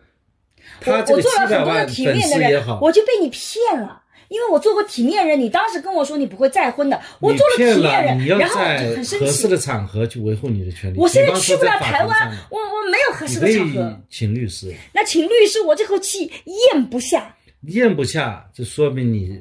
我他这我个七做了很百多的万体粉面的丝也人好，，我就被你骗了。因为我做过体面人，你当时跟我说你不会再婚的，我你做了体骗面了，人，你要然后我在就很生合适气的。场合去维护你的权利。我现比在方去说不在了法台庭上湾面，我我没有合适你的可场以合。请律师，那请律师，我这口气咽不下。咽不下，就说明你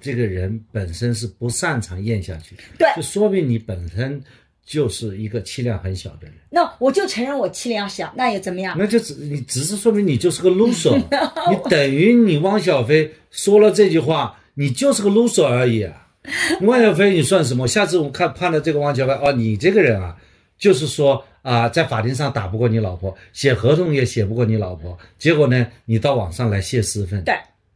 这个人本身是不擅长咽下去，对就说明你本身就是一个气量很小的人，那我就承认我气量小，那又怎么样？那就只你只是说明你就是 [LAUGHS] 个 loser，你等于你汪小菲说了这句话，你就是个 loser 而已、啊。汪小菲，你算什么？下次我看判了这个汪小菲，哦，你这个人啊，就是说啊、在法庭上打不过你老婆，写合同也写不过你老婆，结果呢，你到网上来泄私愤，对，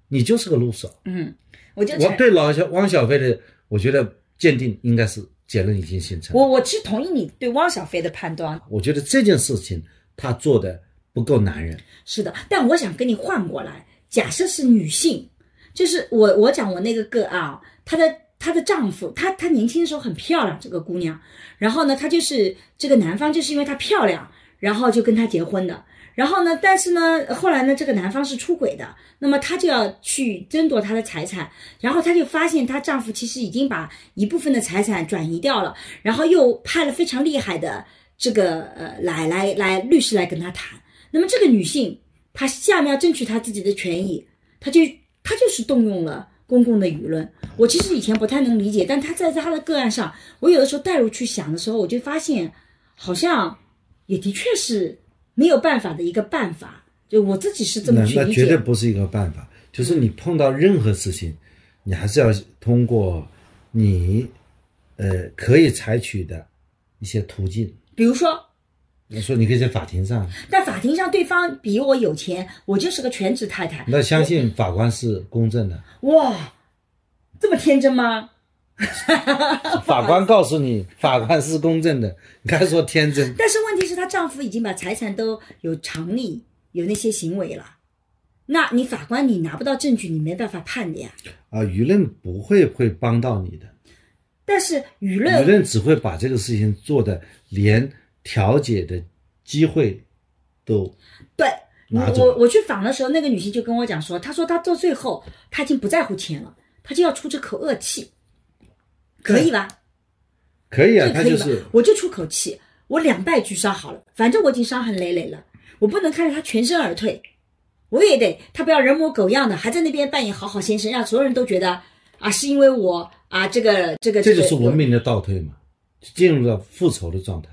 你就是个 loser。嗯，我就承我认。对老小汪小菲的，我觉得鉴定应该是结论已经形成。我我其实同意你对汪小菲的判断，我觉得这件事情他做的不够男人。是的，但我想跟你换过来，假设是女性，就是我我讲我那个个案啊，她的她的丈夫，她她年轻的时候很漂亮，这个姑娘，然后呢，她就是这个男方就是因为她漂亮，然后就跟她结婚的。然后呢？但是呢，后来呢，这个男方是出轨的，那么她就要去争夺她的财产，然后她就发现她丈夫其实已经把一部分的财产转移掉了，然后又派了非常厉害的这个呃来来来律师来跟她谈。那么这个女性，她下面要争取她自己的权益，她就她就是动用了公共的舆论。我其实以前不太能理解，但她在她的个案上，我有的时候带入去想的时候，我就发现好像也的确是没有办法的一个办法。就我自己是这么那去那理绝对解。嗯不是一个办法，就是你碰到任何事情，你还是要通过你呃可以采取的一些途径。比如说，你说你可以在法庭上，在法庭上对方比我有钱，我就是个全职太太， [LAUGHS] 那相信法官是公正的。哇，这么天真吗？法官告诉你，法官是公正的，你该说天真。但是问题是，她丈夫已经把财产都有藏匿，有那些行为了。那你法官你拿不到证据，你没办法判的呀。啊，舆论不会会帮到你的，但是舆论，舆论只会把这个事情做的连调解的机会都对拿我走我我去访的时候，那个女性就跟我讲说，她说她到最后她已经不在乎钱了，她就要出这口恶气，可以吧？可以啊，这他可以就吧是？我就出口气，我两败俱伤好了，反正我已经伤痕累累了，我不能看着他全身而退，我也得他不要人模狗样的，还在那边扮演好好先生，让所有人都觉得啊是因为我啊这个这个这个就是文。明的倒退嘛，进入到复仇的状态。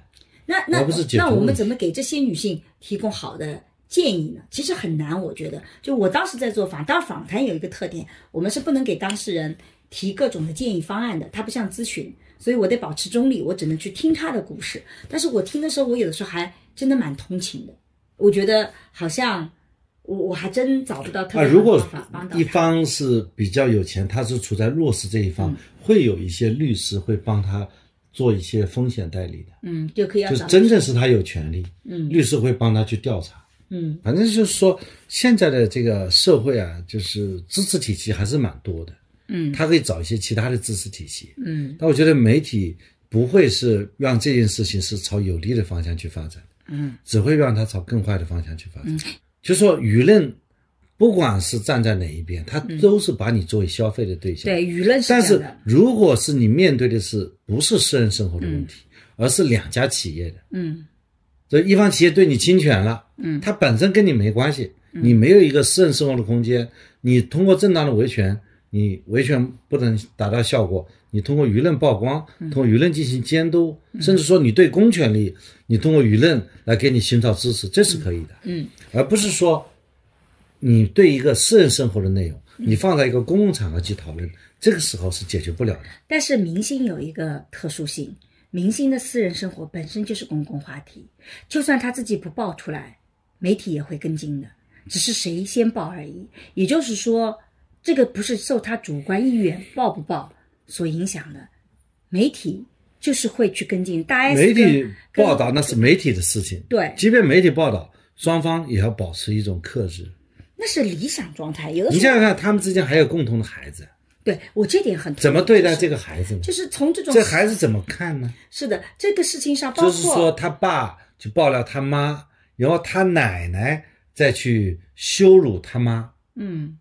那那而不是解决那我问们题怎么给这些女性提供好的建议呢？其实很难，我觉得。就我当时在做访，当然访谈有一个特点，我们是不能给当事人提各种的建议方案的，它不像咨询，所以我得保持中立，我只能去听他的故事。但是我听的时候，我有的时候还真的蛮同情的，我觉得好像我我还真找不到特啊，别如好果的方法帮到一他。方是比较有钱，他是处在弱势这一嗯方，会有一些律师会帮他做一些风险代理的，嗯，就可以要就找真正是他有权利，嗯律师会帮他去调查。嗯反正就是说，现在的这个社会啊，就是支持体系还是蛮多的，嗯他可以找一些其他的支持体系。嗯但我觉得媒体不会是让这件事情是朝有利的方向去发展，嗯，只会让它朝更坏的方向去发展。就说舆论，不管是站在哪一边，它都是把你作为消费的对象。嗯对，舆论是这但样是的，如果是你面对的是不是私人生活的问题，而是两家企业的，嗯所以一方企业对你侵权了，嗯它本身跟你没关系，你没有一个私人生活的空间，你通过正当的维权，你维权不能达到效果，你通过舆论曝光，嗯通过舆论进行监督，甚至说你对公权力，你通过舆论来给你寻找支持，这是可以的，嗯而不是说你对一个私人生活的内容，嗯你放在一个公共场合去讨论，这个时候是解决不了的。但是明星有一个特殊性，明星的私人生活本身就是公共话题，就算他自己不爆出来，媒体也会跟进的，只是谁先爆而已。也就是说，这个不是受他主观意愿爆不爆所影响的，媒体就是会去跟进。大 S 媒体跟跟报道那是媒体的事情，对即便媒体报道，双方也要保持一种克制。那是理想状态，有的你时想候想看，他们之间还有共同的孩子，对我这点很怎么对待这个，个孩子呢？就是从这种这孩子怎么看呢？是的这个事情上，包就括是说，他爸去爆料他妈，然后他奶奶再去羞辱他妈，嗯。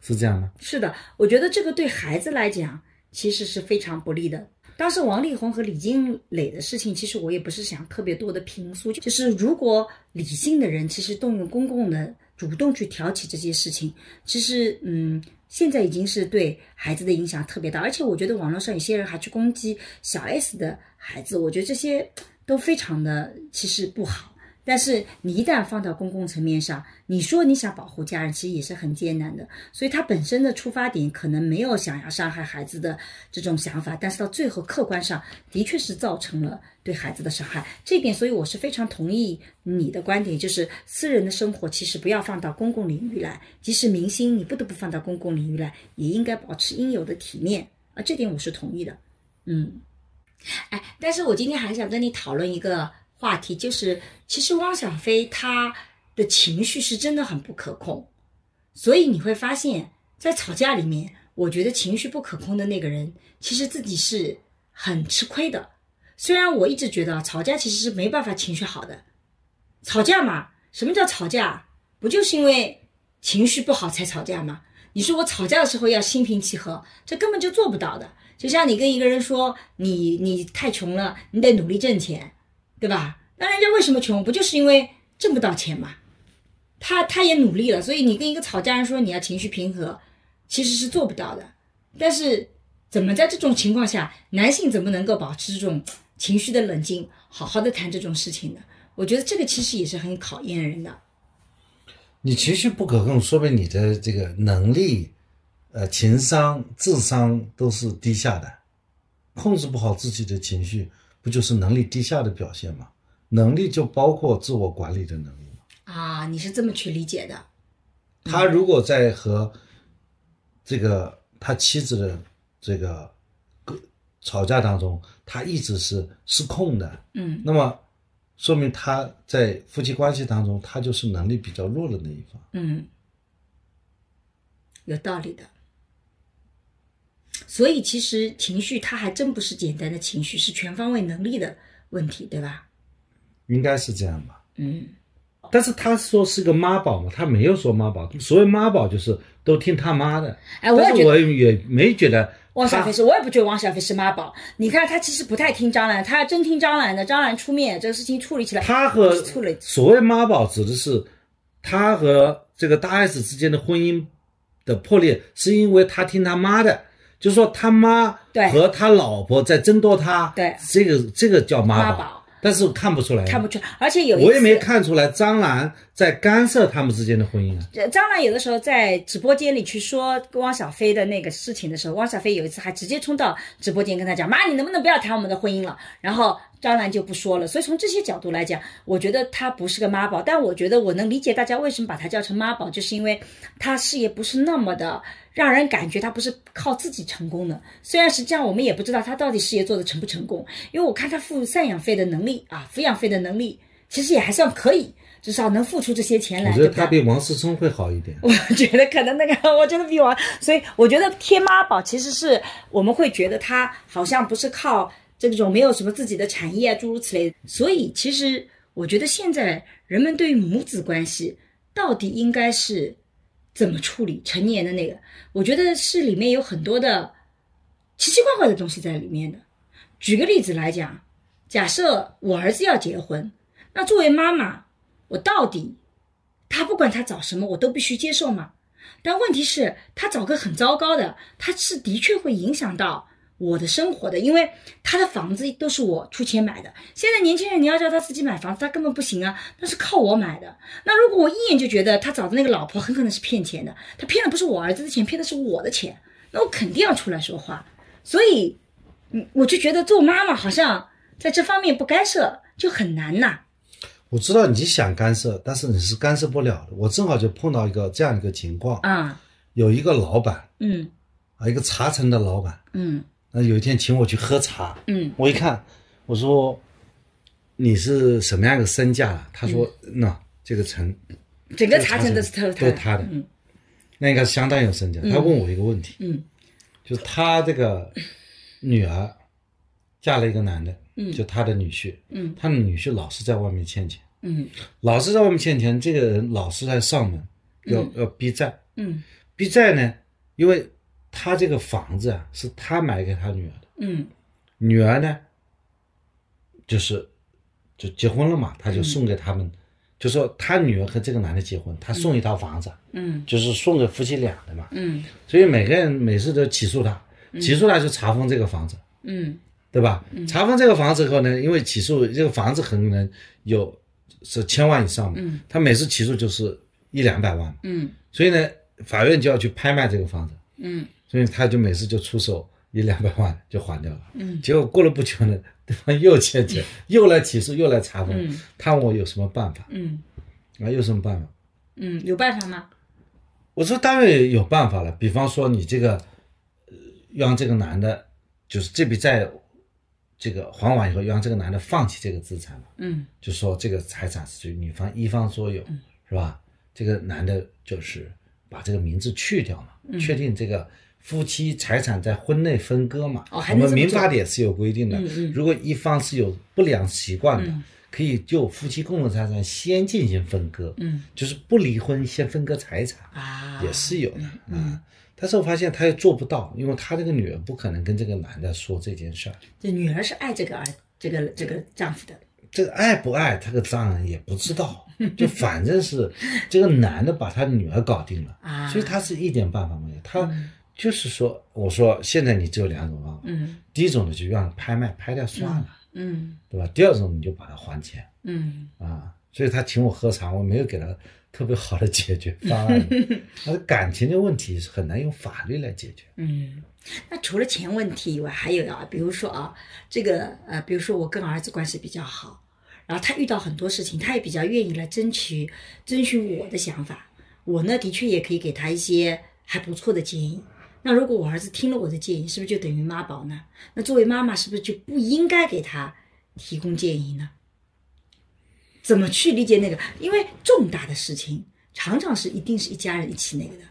是这样吗？是的，我觉得这个对孩子来讲其实是非常不利的。当时王力宏和李金磊的事情，其实我也不是想特别多的评述，就是如果理性的人其实动用公共的主动去挑起这些事情，其实嗯，现在已经是对孩子的影响特别大，而且我觉得网络上有些人还去攻击小 S 的孩子，我觉得这些都非常的其实不好。但是你一旦放到公共层面上，你说你想保护家人，其实也是很艰难的。所以他本身的出发点可能没有想要伤害孩子的这种想法，但是到最后客观上的确是造成了对孩子的伤害。这一点，所以我是非常同意你的观点，就是私人的生活其实不要放到公共领域来，即使明星你不得不放到公共领域来，也应该保持应有的体面啊，这点我是同意的。嗯，哎，但是我今天还想跟你讨论一个话题，就是其实汪小菲他的情绪是真的很不可控。所以你会发现，在吵架里面，我觉得情绪不可控的那个人，其实自己是很吃亏的。虽然我一直觉得啊吵架其实是没办法情绪好的，吵架嘛，什么叫吵架？不就是因为情绪不好才吵架吗？你说我吵架的时候要心平气和，这根本就做不到的。就像你跟一个人说你你太穷了，你得努力挣钱，对吧？那人家为什么穷？不就是因为挣不到钱吗？他他也努力了，所以你跟一个吵架人说你要情绪平和，其实是做不到的。但是怎么在这种情况下，男性怎么能够保持这种情绪的冷静，好好的谈这种事情呢？我觉得这个其实也是很考验人的。你情绪不可控，说明你的这个能力、呃情商、智商都是低下的，控制不好自己的情绪，不就是能力低下的表现吗？能力就包括自我管理的能力嘛。啊，你是这么去理解的？他如果在和这个他妻子的这个个吵架当中，他一直是失控的，嗯那么说明他在夫妻关系当中，他就是能力比较弱的那一方。嗯，有道理的。所以其实情绪它还真不是简单的情绪，是全方位能力的问题，对吧？应该是这样吧。嗯但是他说是个妈宝嘛，他没有说妈宝。所谓妈宝就是都听他妈的。哎我也但觉是得我也没觉得汪小他菲是，我也不觉得汪小菲是妈宝。你看他其实不太听张兰，他要真听张兰的，张兰出面，这个事情处理起来，他和处理所谓妈宝指的是他和这个大 S 之间的婚姻的破裂，是因为他听他妈的，就是说他妈对和他老婆在争夺他。对这个这个叫妈妈宝但是看不出来，看不出来。而且有一我也没次看出来张兰在干涉他们之间的婚姻啊。呃张兰有的时候在直播间里去说汪小菲的那个事情的时候，汪小菲有一次还直接冲到直播间跟他讲：“妈，你能不能不要谈我们的婚姻了？”然后张兰就不说了。所以从这些角度来讲，我觉得他不是个妈宝，但我觉得我能理解大家为什么把他叫成妈宝，就是因为他事业不是那么的让人感觉他不是靠自己成功的。虽然实际上我们也不知道他到底事业做的成不成功，因为我看他付赡养费的能力啊，抚养费的能力其实也还算可以。至少能付出这些钱来，我觉对得吧他比王思聪会好一 [LAUGHS] 点。我觉得可能那个， [LAUGHS] 我觉得比我，所以我觉得贴妈宝其实是我们会觉得他好像不是靠这种没有什么自己的产业啊，诸如此类。所以其实我觉得现在人们对于母子关系到底应该是怎么处理成年的那个，我觉得是里面有很多的奇奇怪怪的东西在里面的。举个例子来讲，假设我儿子要结婚，那作为妈妈，我到底他不管他找什么，我都必须接受嘛。但问题是，他找个很糟糕的，他是的确会影响到我的生活的，因为他的房子都是我出钱买的。现在年轻人你要叫他自己买房子，他根本不行啊，那是靠我买的。那如果我一眼就觉得他找的那个老婆很可能是骗钱的，他骗的不是我儿子的钱，骗的是我的钱，那我肯定要出来说话。所以，嗯，我就觉得做妈妈好像在这方面不干涉就很难呐、我知道你想干涉，但是你是干涉不了的。我正好就碰到一个这样一个情况，啊，有一个老板嗯啊，一个茶城的老板，嗯那有一天请我去喝茶，嗯我一看，我说你是什么样一个身价啊？他说那、这个城整个茶城都是他都是他的，嗯那应该是相当有身价。他问我一个问题，嗯就是他这个女儿嫁了一个男的，嗯就他的女婿，嗯他的女婿老是在外面欠钱。嗯老是在外面欠钱，这个人老是在上门，要、要逼债。嗯逼债呢，因为他这个房子啊是他买给他女儿的，嗯女儿呢就是就结婚了嘛，他嗯就送给他们，就说他女儿和这个男的结婚，他送一套房子，嗯就是送给夫妻俩的嘛。嗯所以每个人每次都起诉他，起诉他就查封这个房子。嗯对吧？查封这个房子后呢，因为起诉这个房子可能有是千万以上的，嗯他每次起诉就是一两百万，嗯所以呢，法院就要去拍卖这个房子，嗯所以他就每次就出手一两百万就还掉了。嗯结果过了不久呢，对方又 [LAUGHS] 欠钱，又来起诉，又来查封，嗯他问我有什么办法嗯啊？有什么办法？嗯，有办法吗？我说当然有办法了，比方说你这个，呃让这个男的，就是这笔债，这个还完以后，让这个男的放弃这个资产嘛，嗯就说这个财产是女方一方所有，是吧？这个男的就是把这个名字去掉嘛，嗯确定这个夫妻财产在婚内分割嘛。哦还我能们这么民做法典是有规定的，嗯嗯如果一方是有不良习惯的，嗯可以就夫妻共同财产先进行分割，嗯就是不离婚先分割财产。啊，也是有的啊、但是我发现他也做不到，因为他这个女儿不可能跟这个男的说这件事儿。这女儿是爱这个儿这个这个丈夫的，这个爱不爱，这个丈人也不知 [LAUGHS] 道，就反正是这个男的把他女儿搞定了，啊所以他是一点办法没有。他就是说，我说现在你只有两种方法，嗯第一种呢就让他拍卖拍掉算了，嗯对吧？第二种你就把他还钱嗯啊。所以他请我喝茶，我没有给他特别好的解决方 [LAUGHS] 案。他的感情的问题是很难用法律来解决。嗯。那除了钱问题以外，还有啊，比如说啊，这个呃，比如说我跟儿子关系比较好，然后他遇到很多事情，他也比较愿意来争取遵循我的想法，我呢的确也可以给他一些还不错的建议。那如果我儿子听了我的建议，是不是就等于妈宝呢？那作为妈妈，是不是就不应该给他提供建议呢？怎么去理解那个？因为重大的事情常常是一定是一家人一起那个的。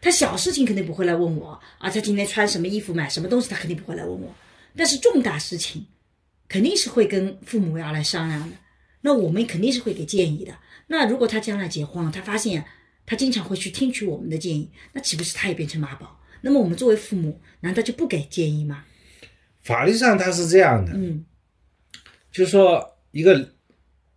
他小事情肯定不会来问我啊，他今天穿什么衣服、买什么东西，他肯定不会来问我。但是重大事情肯定是会跟父母要来商量的，那我们肯定是会给建议的。那如果他将来结婚了，他发现他经常会去听取我们的建议，那岂不是他也变成妈宝？那么我们作为父母，难道就不给建议吗？法律上它是这样的，嗯就说一个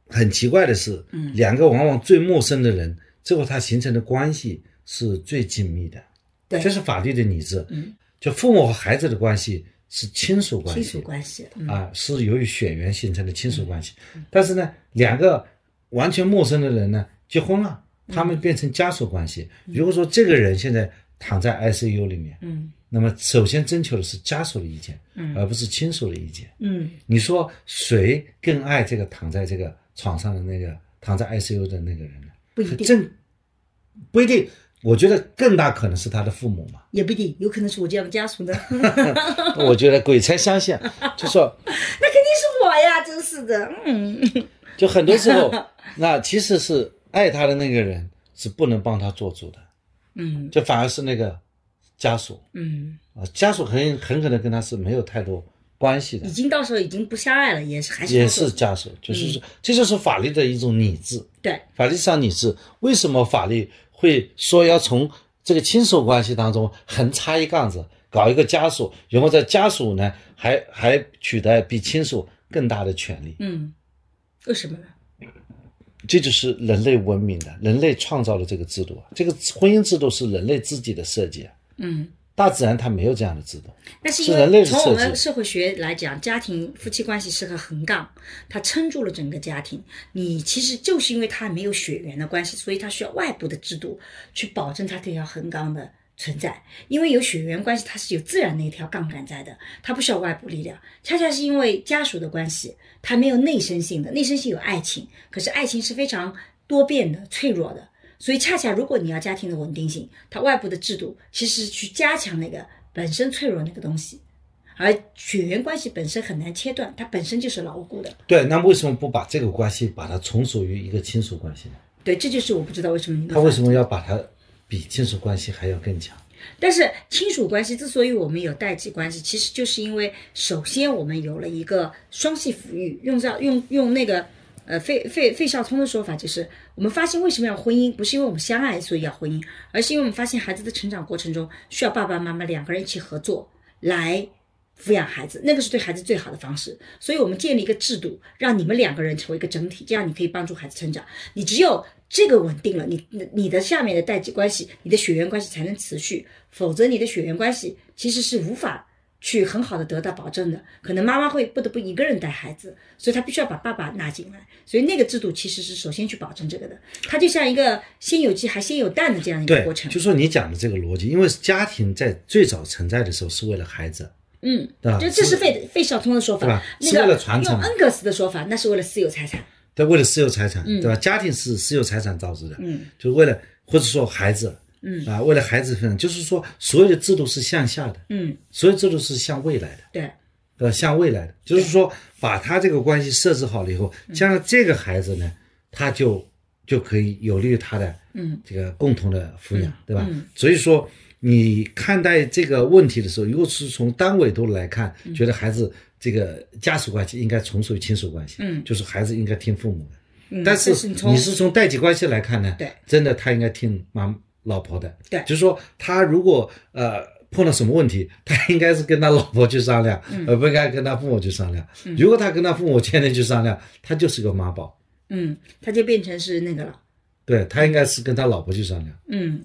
很奇怪的是，嗯两个往往最陌生的人，最后他形成的关系是最紧密的，对这是法律的理智。嗯，就父母和孩子的关系是亲属关亲系，属关系，嗯啊，是由于血缘形成的亲属关系。但是呢，两个完全陌生的人呢，结婚了，嗯他们变成家属关系。如果说这个人现在躺在 ICU 里面，嗯那么首先征求的是家属的意见，嗯而不是亲属的意见。嗯你说谁更爱这个躺在这个床上的那个躺在 ICU 的那个人呢？不一定，正不一定，我觉得更大可能是他的父母嘛。也不一定，有可能是我这样的家属呢， [LAUGHS] 那肯定我觉得鬼才相信，就说是我呀，真是的，嗯就很多时候，那其实是爱他的那个人是不能帮他做主的，嗯就反而是那个家属嗯，啊，家属很很可能跟他是没有太多关系的已，经到时候已经不相爱了，也是嗯还是嗯也不做是家属，就是说这就是法律的一种理智。对，法律上理智，为什么法律会说要从这个亲属关系当中横插一杠子，搞一个家属，然后在家属呢还还取得比亲属更大的权利？嗯，为什么呢？这就是人类文明的，人类创造的这个制度啊。这个婚姻制度是人类自己的设计啊，嗯，大自然它没有这样的制度。但是是因人类为的从设我们计社会学来讲，家庭夫妻关系是个横杠，它撑住了整个家庭。你其实就是因为它没有血缘的关系，所以它需要外部的制度去保证它这条横杠的存在。因为有血缘关系，它是有自然的一条杠杆在的，它不需要外部力量。恰恰是因为家属的关系，它没有内生性的，内生性有爱情，可是爱情是非常多变的、脆弱的。所以，恰恰如果你要家庭的稳定性，它外部的制度其实是去加强那个本身脆弱那个东西，而血缘关系本身很难切断，它本身就是牢固的。对，那为什么不把这个关系把它从属于一个亲属关系呢？对，这就是我不知道为什么你们他为什么要把它比亲属关系还要更强？但是亲属关系之所以我们有代际关系，其实就是因为首先我们有了一个双系抚育，用到用用那个呃费费费孝通的说法，就是我们发现为什么要婚姻，不是因为我们相爱所以要婚姻，而是因为我们发现孩子的成长过程中需要爸爸妈妈两个人一起合作来。抚养孩子，那个是对孩子最好的方式。所以我们建立一个制度，让你们两个人成为一个整体，这样你可以帮助孩子成长。你只有这个稳定了，你你你的下面的代际关系，你的血缘关系才能持续，否则你的血缘关系其实是无法去很好的得到保证的。可能妈妈会不得不一个人带孩子，所以她必须要把爸爸纳进来。所以那个制度其实是首先去保证这个的，它就像一个先有鸡还先有蛋的这样一个对过，程。就说你讲的这个逻辑，因为家庭在最早存在的时候是为了孩子，嗯，对吧这这是费费孝通的说啊对法吧，那是个为了传承用恩格斯的说法，那是为了私有财产。对，为了私有财产，对吧？家庭是私有财产导致的，嗯，就为了或者说孩子，嗯啊，为了孩子分享，就是说所有的制度是向下的，嗯，所有制度是向未来的。对，呃，向未来的，就是说把他这个关系设置好了以后，嗯将来这个孩子呢，他就就可以有利于他的嗯这个共同的抚养，对吧嗯？所以说你看待这个问题的时候，如果是从单维度来看，嗯觉得孩子这个家属关系应该从属于亲属关系，嗯就是孩子应该听父母的。嗯但是你从你是从代际关系来看呢，对真的他应该听妈老婆的，对就是说他如果呃碰到什么问题，他应该是跟他老婆去商量，嗯而不应该跟他父母去商量。如果他跟他父母天天去商量，他就是个妈宝，嗯，它就变成是那个了。对他应该是跟他老婆去商量。嗯，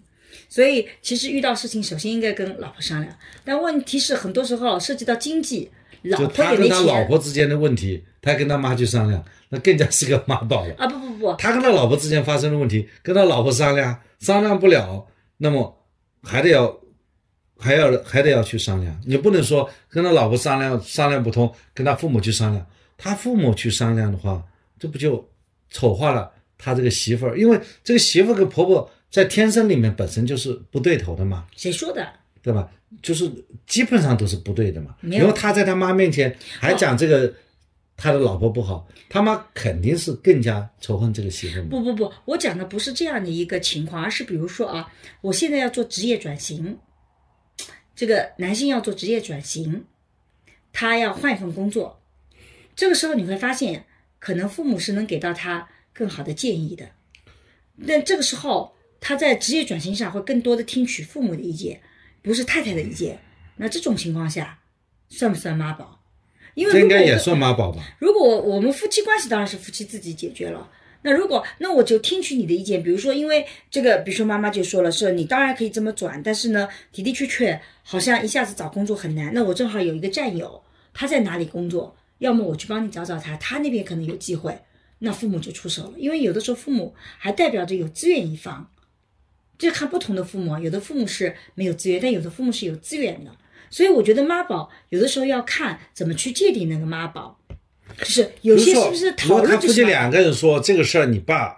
所以其实遇到事情，首先应该跟老婆商量。但问题是，很多时候啊涉及到经济，老就婆他也跟没他老钱婆之间的问题，他跟他妈去商量，那更加是个妈宝了。啊！不不不，他跟他老婆之间发生的问题，跟他老婆商量，商量不了，那么还得要，还要还得要去商量。你不能说跟他老婆商量商量不通，跟他父母去商量。他父母去商量的话，这不就丑化了他这个媳妇儿？因为这个媳妇儿跟婆婆在天生里面本身就是不对头的嘛。谁说的？对吧？就是基本上都是不对的嘛。没然有哦后他在他妈面前还讲这个、他的老婆不好，他妈肯定是更加仇恨这个媳妇嘛。不不不，我讲的不是这样的一个情况，而是比如说啊，我现在要做职业转型，这个男性要做职业转型，他要换一份工作，这个时候你会发现，可能父母是能给到他更好的建议的。那这个时候，他在职业转型上会更多的听取父母的意见，不是太太的意见。那这种情况下，算不算妈宝？因为这如应果该我也跟算妈宝吧？如果我我们夫妻关系当然是夫妻自己解决了。那如果那我就听取你的意见，比如说，因为这个，比如说妈妈就说了，说你当然可以这么转，但是呢，的的确确好像一下子找工作很难。那我正好有一个战友，他在哪里工作，要么我去帮你找找他，他那边可能有机会。那父母就出手了，因为有的时候父母还代表着有资源一方，这看不同的父母，啊，有的父母是没有资源，但有的父母是有资源的。所以我觉得妈宝有的时候要看怎么去界定那个妈宝，就是有些是不是如讨果他论夫就妻是两个人说这个事儿，你爸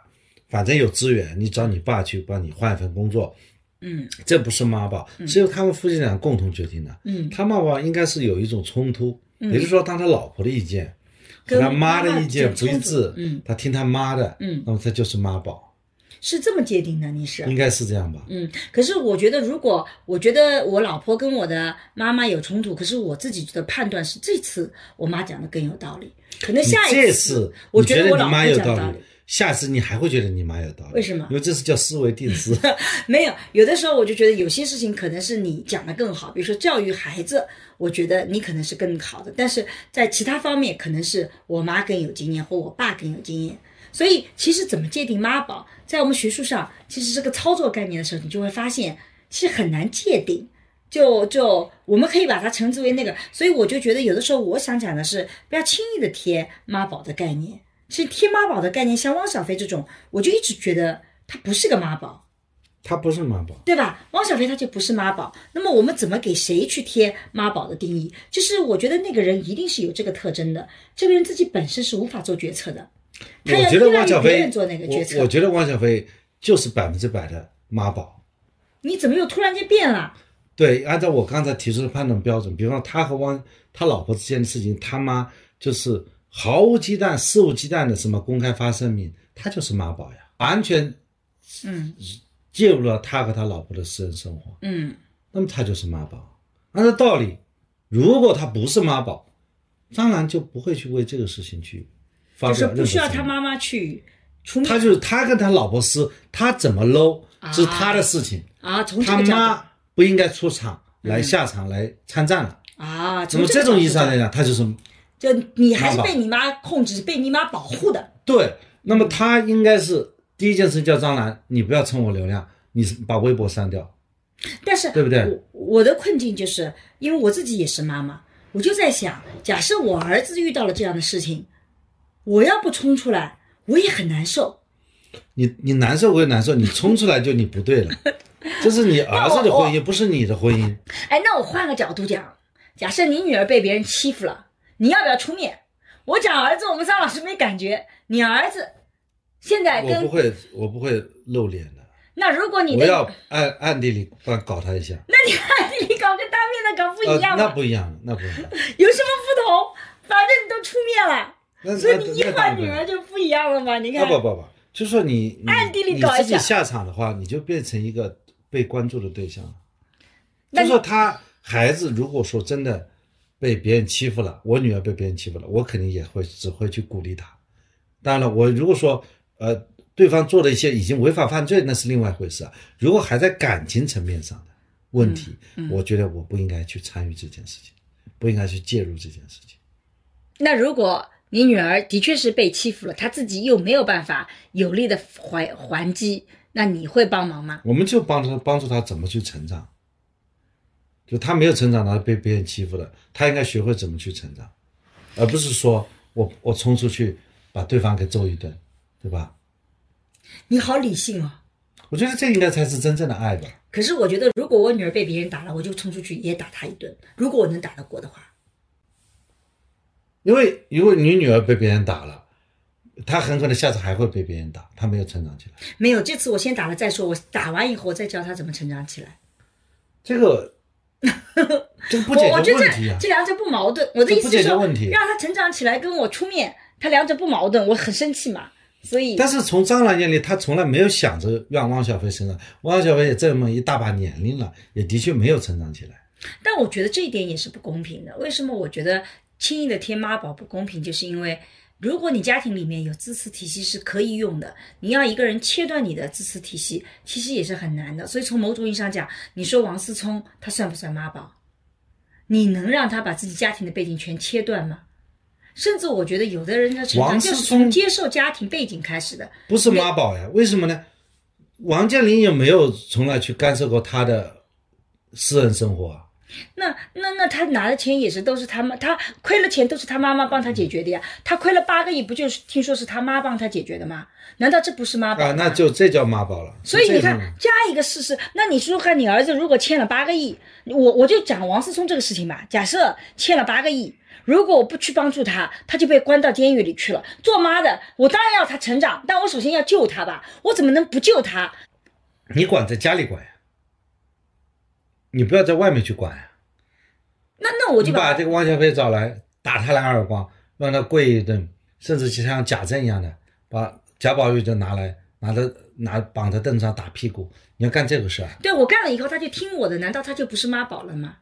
反正有资源，你找你爸去帮你换一份工作，嗯这不是妈宝，是由他们夫妻俩共同决定的。嗯，他妈妈应该是有一种冲突，嗯也就是说，当他老婆的意见和跟他妈妈的妈意见不一冲致突，嗯他听他妈的，嗯那么他就是妈宝，是这么界定的，你是应该是这样吧？嗯，可是我觉得，如果我觉得我老婆跟我的妈妈有冲突，可是我自己的判断是这次我妈讲的更有道理，可能你下这一次我你觉得我你老婆妈有讲道理理，，下次你还会觉得你妈有道理，为什么因为这是叫思维 [LAUGHS] 定式。没有，有的时候我就觉得有些事情可能是你讲的更好，比如说教育孩子，我觉得你可能是更好的，但是在其他方面可能是我妈更有经验或我爸更有经验。所以其实怎么界定妈宝，在我们学术上其实这个操作概念的时候，你就会发现是很难界定。就就我们可以把它称之为那个，所以我就觉得有的时候我想讲的是，不要轻易的贴妈宝的概念。其实贴妈宝的概念，像汪小菲这种，我就一直觉得他不是个妈宝，他不是妈宝，对吧？汪小菲他就不是妈宝，那么我们怎么给谁去贴妈宝的定义？就是我觉得那个人一定是有这个特征的，这个人自己本身是无法做决策的，他我要觉依得赖汪于小别菲人做那个决，我我策。觉得汪小菲就是百分之百的妈宝。你怎么又突然间变了？对，按照我刚才提出的判断标准，比方说他和汪他老婆之间的事情，他妈就是毫无忌惮、肆无忌惮的什么公开发声明，他就是妈宝呀，完全嗯介入了他和他老婆的私人生活，嗯那么他就是妈宝。按照道理，如果他不是妈宝，当然就不会去为这个事情去发就表是任何不需要声他明妈妈去出面 [LAUGHS] 他就是他跟他老婆撕，他怎么搂啊是他的事情，啊，从这他个角度妈不应该出场来下场来参战了。啊，那从么这种意义上的来，讲，他就是就你还是妈宝被你妈控制，被你妈保护的。对。那么他应该是第一件事叫张兰，你不要蹭我流量，你把微博删掉。但是对不对我我的困境就是因为我自己也是妈妈，我就在想，假设我儿子遇到了这样的事情，我要不冲出来，我也很难受。你你难受归难受，你冲出来就你不对 [LAUGHS] 了，这是你儿子的婚姻，不是你的婚姻。哎，那我换个角度讲，假设你女儿被别人欺负了，你要不要出面？我讲儿子，我们张老师没感觉，你儿子现在我不哎跟会，我不会露脸的，那如果你我的要暗暗地里乱搞他一下。那你暗地里搞跟当面的搞不呃一样啊那吗？不一样，那 [LAUGHS] 不一样。有什么不同？反正你都出面了，那所以那你一那当换然不一女样儿就不一样了嘛？你看啊不不不，就说你你暗地里搞一你自己下下场的话，你就变成一个被关注的对象了。那就你说他孩子如果说真的被别人欺负了，我女儿被别人欺负了，我肯定也会只会去鼓励他。当然了，我如果说呃对方做了一些已经违法犯罪，那是另外一回事啊。如果还在感情层面上的问题，嗯我觉得我不应该去参与这件事情，不应该去介入这件事情。那如果你女儿的确是被欺负了，她自己又没有办法有力的还还击，那你会帮忙吗？我们就帮助他帮助他怎么去成长。就他没有成长，他被别人欺负了，他应该学会怎么去成长，而不是说我我冲出去把对方给揍一顿，对吧？你好理性哦。我觉得这应该才是真正的爱吧。可是我觉得，如果我女儿被别人打了，我就冲出去也打她一顿。如果我能打得过的话，因为如果你女儿被别人打了，她很可能下次还会被别人打，她没有成长起来。没有这次我先打了再说，我打完以后我再教她怎么成长起来。 [LAUGHS] 这个这个不解我我觉决得问题这啊这。两者不矛盾。我的意思是这不解决说问题，啊让他成长起来跟我出面，他两者不矛盾，我很生气嘛。所以但是从张兰眼里，她从来没有想着让汪小菲成长。汪小菲也这么一大把年龄了，也的确没有成长起来。但我觉得这一点也是不公平的。为什么我觉得轻易的贴妈宝不公平？就是因为如果你家庭里面有支持体系是可以用的，你要一个人切断你的支持体系，其实也是很难的。所以从某种意义上讲，你说王思聪他算不算妈宝？你能让他把自己家庭的背景全切断吗？甚至我觉得有的人的成长王就思是从聪接受家庭背景开始的。不是妈宝呀？为什么呢？王健林也没有从来去干涉过他的私人生活啊。那那那他拿的钱也是都是他妈，他亏了钱都是他妈妈帮他解决的呀。他亏了八个亿，不就是听说是他妈帮他解决的吗？难道这不是妈宝啊，吗那就这叫妈宝了。所以你是这看种人，加一个试试。那你说说看，你儿子如果欠了八个亿，我我就讲王思聪这个事情吧。假设欠了八个亿，如果我不去帮助他，他就被关到监狱里去了。做妈的，我当然要他成长，但我首先要救他吧。我怎么能不救他？你管在家里管呀，你不要在外面去管呀。那那我你就把这个汪小菲找来，打他两耳光，让他跪一顿，甚至就像贾政一样的，把贾宝玉就拿来，拿他拿绑在凳子上打屁股。你要干这个事啊？对我干了以后，他就听我的，难道他就不是妈宝了吗？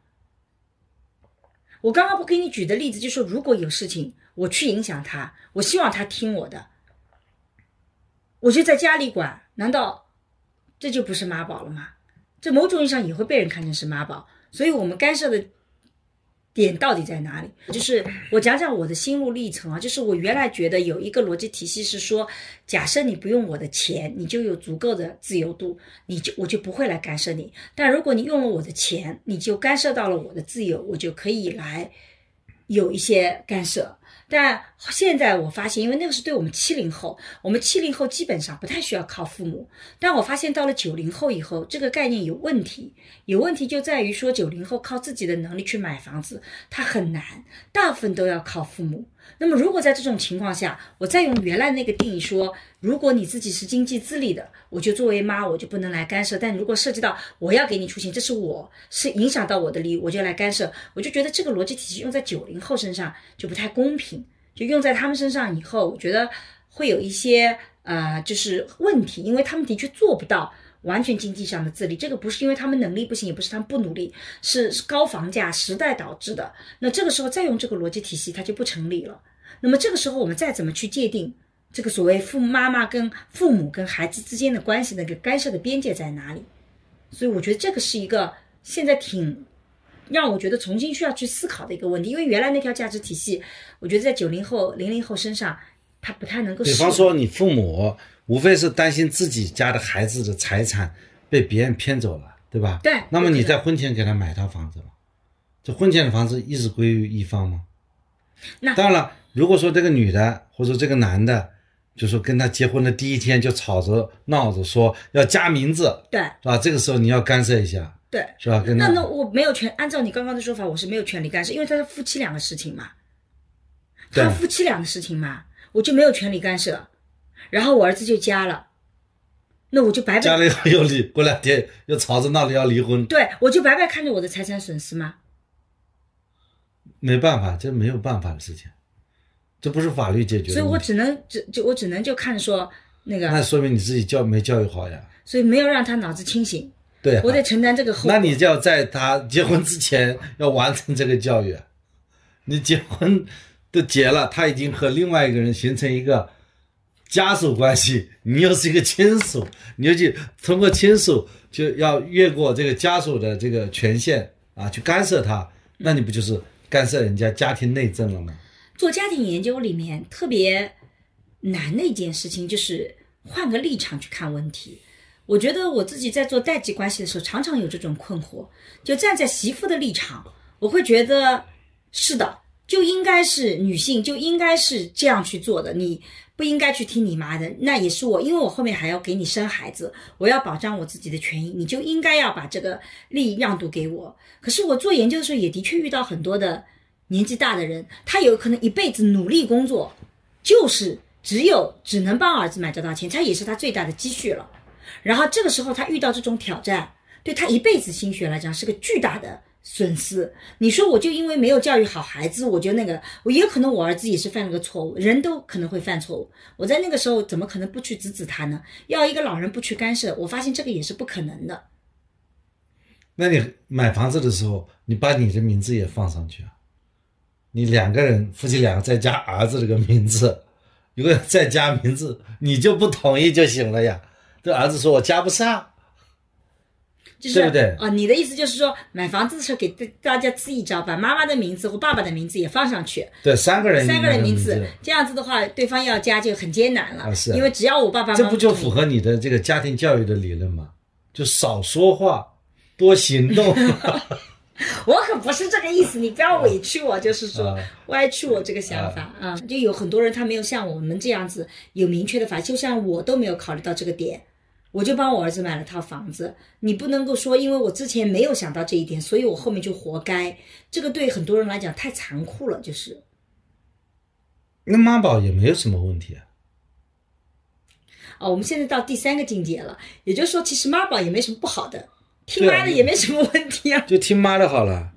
我刚刚不给你举的例子，就说如果有事情我去影响他，我希望他听我的，我就在家里管，难道这就不是妈宝了吗？这某种意义上也会被人看成是妈宝，所以我们干涉的点到底在哪里？就是我讲讲我的心路历程啊，就是我原来觉得有一个逻辑体系是说，假设你不用我的钱，你就有足够的自由度，你就我就不会来干涉你。但如果你用了我的钱，你就干涉到了我的自由，我就可以来有一些干涉。但现在我发现，因为那个是对我们七零后，我们七零后基本上不太需要靠父母。但我发现到了九零后以后，这个概念有问题。有问题就在于说，九零后靠自己的能力去买房子，它很难，大部分都要靠父母。那么，如果在这种情况下，我再用原来那个定义说，如果你自己是经济自立的，我就作为妈，我就不能来干涉。但如果涉及到我要给你出钱，这是我是影响到我的利益，我就来干涉。我就觉得这个逻辑体系用在九零后身上就不太公平，就用在他们身上以后，我觉得会有一些呃，就是问题，因为他们的确做不到。完全经济上的自立，这个不是因为他们能力不行，也不是他们不努力，是是高房价时代导致的。那这个时候再用这个逻辑体系，它就不成立了。那么这个时候，我们再怎么去界定这个所谓父妈妈跟父母跟孩子之间的关系那个干涉的边界在哪里？所以我觉得这个是一个现在挺让我觉得重新需要去思考的一个问题，因为原来那条价值体系，我觉得在九零后、零零后身上，它不太能够。比方说，，你父母无非是担心自己家的孩子的财产被别人骗走了，对吧？对那么你对对在婚前给他买套房子嘛？这婚前的房子一直归于一方吗？那当然了，如果说这个女的或者这个男的，就说跟他结婚的第一天就吵着闹着说要加名字，对是吧？这个时候你要干涉一下，对，是吧？跟他那那我没有权按照你刚刚的说法，我是没有权利干涉，因为他是夫妻俩的事情嘛，对他夫妻俩的事情嘛，我就没有权利干涉。然后我儿子就加了，那我就白家白里又离，过两天又吵着闹着要离婚，对我就白白看着我的财产损失吗？没办法，这没有办法的事情，这不是法律解决的。所以我只能只就我只能就看着说那那个，说明你自己教没教育好呀，所以没有让他脑子清醒，对呀、我得承担这个后果。那你就要在他结婚之前要完成这个教育。啊你结婚都结了，他已经和另外一个人形成一个家属关系，你又是一个亲属，你就去通过亲属就要越过这个家属的这个权限啊，去干涉他，那你不就是干涉人家家庭内政了吗？做家庭研究里面特别难的一件事情，就是换个立场去看问题。我觉得我自己在做代际关系的时候，常常有这种困惑。就站在媳妇的立场，我会觉得是的，就应该是女性就应该是这样去做的，你不应该去听你妈的。那也是我，因为我后面还要给你生孩子，我要保障我自己的权益，你就应该要把这个利益让渡给我。可是我做研究的时候，也的确遇到很多的年纪大的人，他有可能一辈子努力工作，就是只有只能帮儿子买这道钱，他也是他最大的积蓄了。然后这个时候他遇到这种挑战，对他一辈子心血来讲是个巨大的损失。你说我就因为没有教育好孩子，我就那个，我也有可能我儿子也是犯了个错误，人都可能会犯错误。我在那个时候怎么可能不去制止他呢？要一个老人不去干涉，我发现这个也是不可能的。那你买房子的时候，你把你的名字也放上去啊？你两个人，夫妻两个再加儿子这个名字， [LAUGHS] 如果再加名字，你就不同意就行了呀。这儿子说我加不上，就是对不对啊，你的意思就是说，买房子的时候给大大家支一招，把妈妈的名字或爸爸的名字也放上去，对，三个人三个人名名字，这样子的话，对方要加就很艰难了。啊是啊因为只要我爸爸妈妈这不就同意符合你的这个家庭教育的理论吗？就少说话，多行 [LAUGHS] 动。我可不是这个意思，你不要委屈我，就是说啊歪曲我这个想法啊、就有很多人他没有像我们这样子有明确的法，就像我都没有考虑到这个点，我就帮我儿子买了套房子。你不能够说，因为我之前没有想到这一点，所以我后面就活该。这个对很多人来讲太残酷了，就是。那妈宝也没有什么问题啊。啊，我们现在到第三个境界了，也就是说，其实妈宝也没什么不好的，听对啊妈的也没什么问题啊。就听妈的 [LAUGHS] 好了。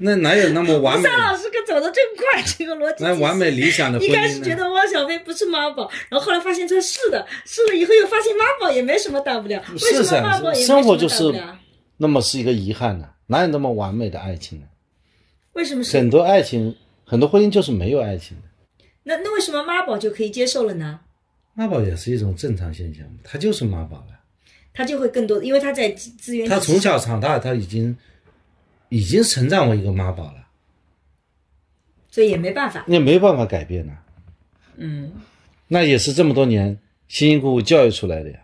那哪啊有那么完美？张老师可走得真快，这个逻辑那体完系美理想的婚一开始姻觉呢？得汪小菲不是妈宝，然后后来发现他是的，是的，以后又发现妈宝也没什么大不了，为是什么噻妈宝也没什生么活就大不是了？那么是一个遗憾呢、哪有那么完美的爱情呢？为什么是？很多爱情，很多婚姻就是没有爱情的。那那为什么妈宝就可以接受了呢？妈宝也是一种正常现象，他就是妈宝了。他就会更多，因为他在资资源体系，他从小长大，他已经已经成长为一个妈宝了，所以也没办法。那没办法改变呐、嗯，那也是这么多年辛辛苦苦教育出来的呀。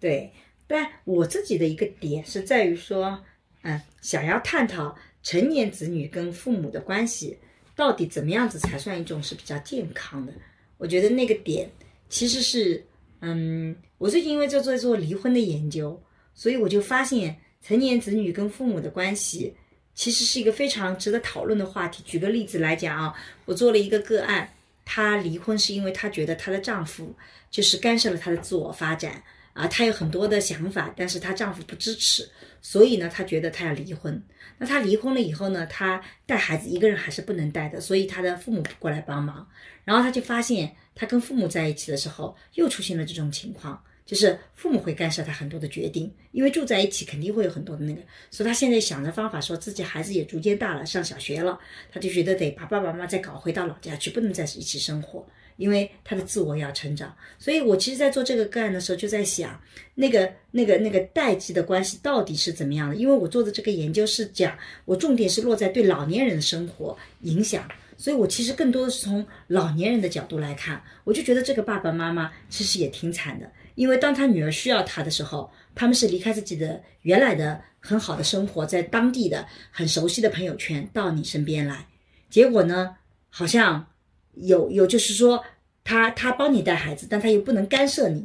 对。但我自己的一个点是在于说，嗯，想要探讨成年子女跟父母的关系到底怎么样子才算一种是比较健康的。我觉得那个点其实是，嗯，我最近因为在做做离婚的研究，所以我就发现成年子女跟父母的关系其实是一个非常值得讨论的话题。举个例子来讲啊，我做了一个个案，她离婚是因为她觉得她的丈夫就是干涉了她的自我发展啊，她有很多的想法，但是她丈夫不支持，所以呢，她觉得她要离婚。那她离婚了以后呢，她带孩子一个人还是不能带的，所以她的父母过来帮忙。然后她就发现，她跟父母在一起的时候，又出现了这种情况，就是父母会干涉她很多的决定，因为住在一起肯定会有很多的那个，所以她现在想着方法，说自己孩子也逐渐大了，上小学了，她就觉得得把爸爸妈妈再搞回到老家去，不能在一起生活。因为她的自我要成长，所以我其实，在做这个个案的时候，就在想，那个、那个、那个代际的关系到底是怎么样的？因为我做的这个研究是讲，我重点是落在对老年人的生活影响，所以我其实更多的是从老年人的角度来看，我就觉得这个爸爸妈妈其实也挺惨的，因为当他女儿需要他的时候，他们是离开自己的原来的很好的生活，在当地的很熟悉的朋友圈到你身边来，结果呢，好像有有就是说他他帮你带孩子，但他又不能干涉你，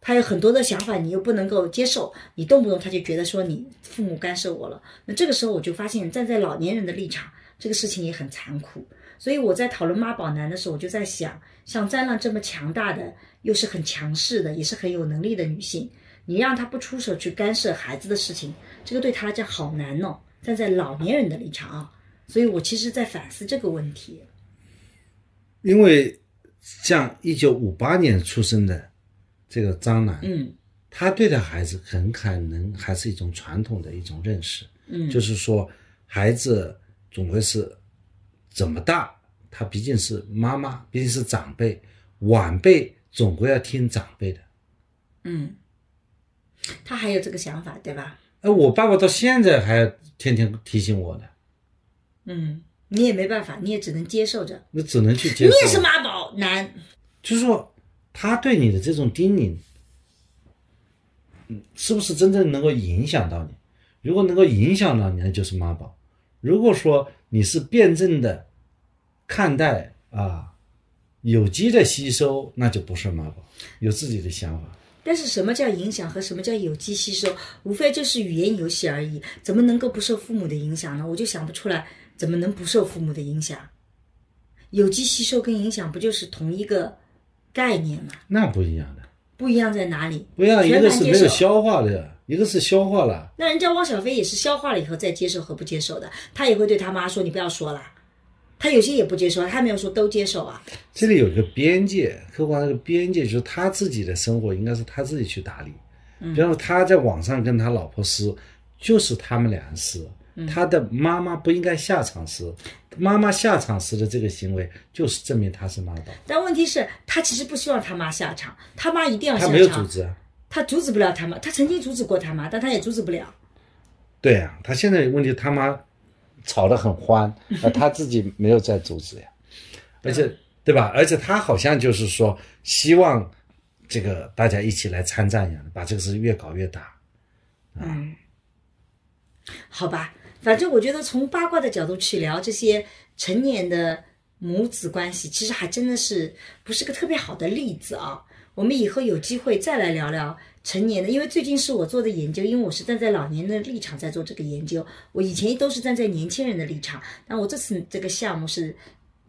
他有很多的想法你又不能够接受，你动不动他就觉得说你父母干涉我了。那这个时候我就发现，站在老年人的立场，这个事情也很残酷。所以我在讨论妈宝男的时候，我就在想，像詹浪这么强大的，又是很强势的，也是很有能力的女性，你让她不出手去干涉孩子的事情，这个对她来讲好难哦。站在老年人的立场啊，所以我其实在反思这个问题。因为像一九五八年出生的这个张楠，嗯他对待孩子很可能还是一种传统的一种认识，嗯，就是说孩子总归是怎么大，他毕竟是妈妈，毕竟是长辈，晚辈总归要听长辈的。嗯，他还有这个想法，对吧？哎，我爸爸到现在还天天提醒我呢，嗯，你也没办法，你也只能接受着。那只能去接你受。也是妈宝男，就是说他对你的这种叮咛，嗯，是不是真正能够影响到你？如果能够影响到你，那就是妈宝；如果说你是辩证的看待啊，有机的吸收，那就不是妈宝，有自己的想法。但是什么叫影响和什么叫有机吸收，无非就是语言游戏而已，怎么能够不受父母的影响呢？我就想不出来怎么能不受父母的影响。有机吸收跟影响不就是同一个概念吗？那不一样的，不一样在哪里？不一样，一全个盘是接没有受消化的，一个是消化了，那人家汪小菲也是消化了以后再接受和不接受的，他也会对他妈说你不要说了。他有些也不接受，他没有说都接受啊。这里有一个边界，客观那个边界就是他自己的生活应该是他自己去打理。嗯比方说他在网上跟他老婆撕，就是他们俩人撕，嗯他的妈妈不应该下场撕，妈妈下场撕的这个行为就是证明他是妈宝，但问题是，他其实不希望他妈下场，他妈一定要下他场。没有组织啊。他阻止不了他妈，他曾经阻止过他妈，但他也阻止不了。对啊，他现在问题他妈吵得很 [LAUGHS] 欢，而他自己没有在阻止呀，而啊且对吧？而且他好像就是说希望这个大家一起来参战一样，把这个事越搞越大。嗯，好吧，反正我觉得从八卦的角度去聊这些成年的母子关系，其实还真的是不是个特别好的例子啊。我们以后有机会再来聊聊成年的，因为最近是我做的研究，因为我是站在老年人的立场在做这个研究，我以前都是站在年轻人的立场，但我这次这个项目是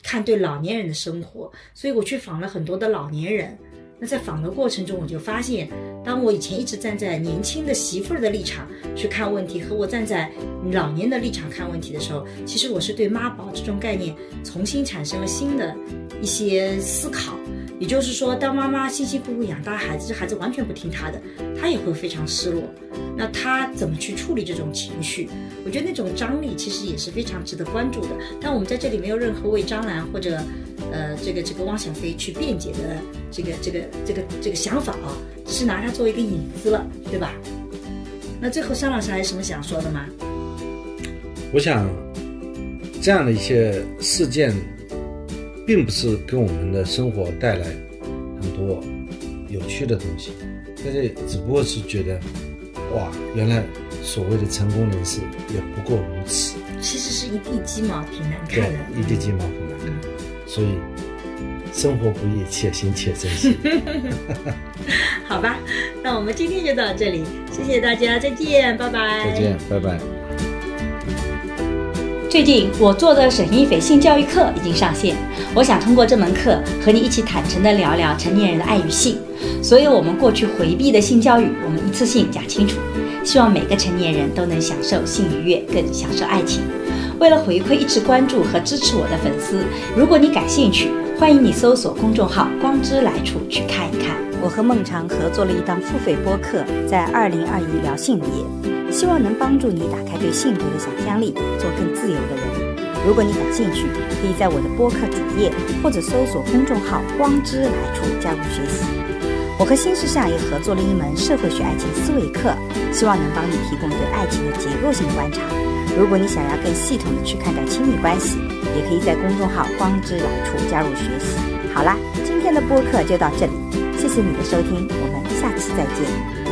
看对老年人的生活，所以我去访了很多的老年人。那在访的过程中，我就发现，当我以前一直站在年轻的媳妇儿的立场去看问题，和我站在老年的立场看问题的时候，其实我是对妈宝这种概念重新产生了新的一些思考。也就是说，当妈妈辛辛苦苦养大孩子，这孩子完全不听她的，她也会非常失落。那她怎么去处理这种情绪？我觉得那种张力其实也是非常值得关注的。但我们在这里没有任何为张兰或者呃这个这个汪小菲去辩解的这个这个这个这个想法啊，只是拿它作为一个引子了，对吧？那最后，商老师还有什么想说的吗？我想，这样的一些事件，并不是给我们的生活带来很多有趣的东西，但是只不过是觉得，哇，原来所谓的成功人士也不过如此，其实是一地鸡毛，挺难看对的。，一地鸡毛很难看，所以生活不易，且行且珍惜。好吧，那我们今天就到这里，谢谢大家，再见，拜拜。再见，拜拜。最近我做的沈一斐性教育课已经上线，我想通过这门课和你一起坦诚地聊聊成年人的爱与性，所有我们过去回避的性教育，我们一次性讲清楚。希望每个成年人都能享受性愉悦，更享受爱情。为了回馈一直关注和支持我的粉丝，如果你感兴趣，欢迎你搜索公众号“光之来处”去看一看。我和孟常合作了一档付费播客，在二零二一聊性别。希望能帮助你打开对性别的想象力，做更自由的人。如果你感兴趣，可以在我的播客主页或者搜索公众号“光之来处”加入学习。我和新世相也合作了一门社会学爱情思维课，希望能帮你提供对爱情的结构性观察。如果你想要更系统的去看待亲密关系，也可以在公众号“光之来处”加入学习。好啦，今天的播客就到这里，谢谢你的收听，我们下期再见。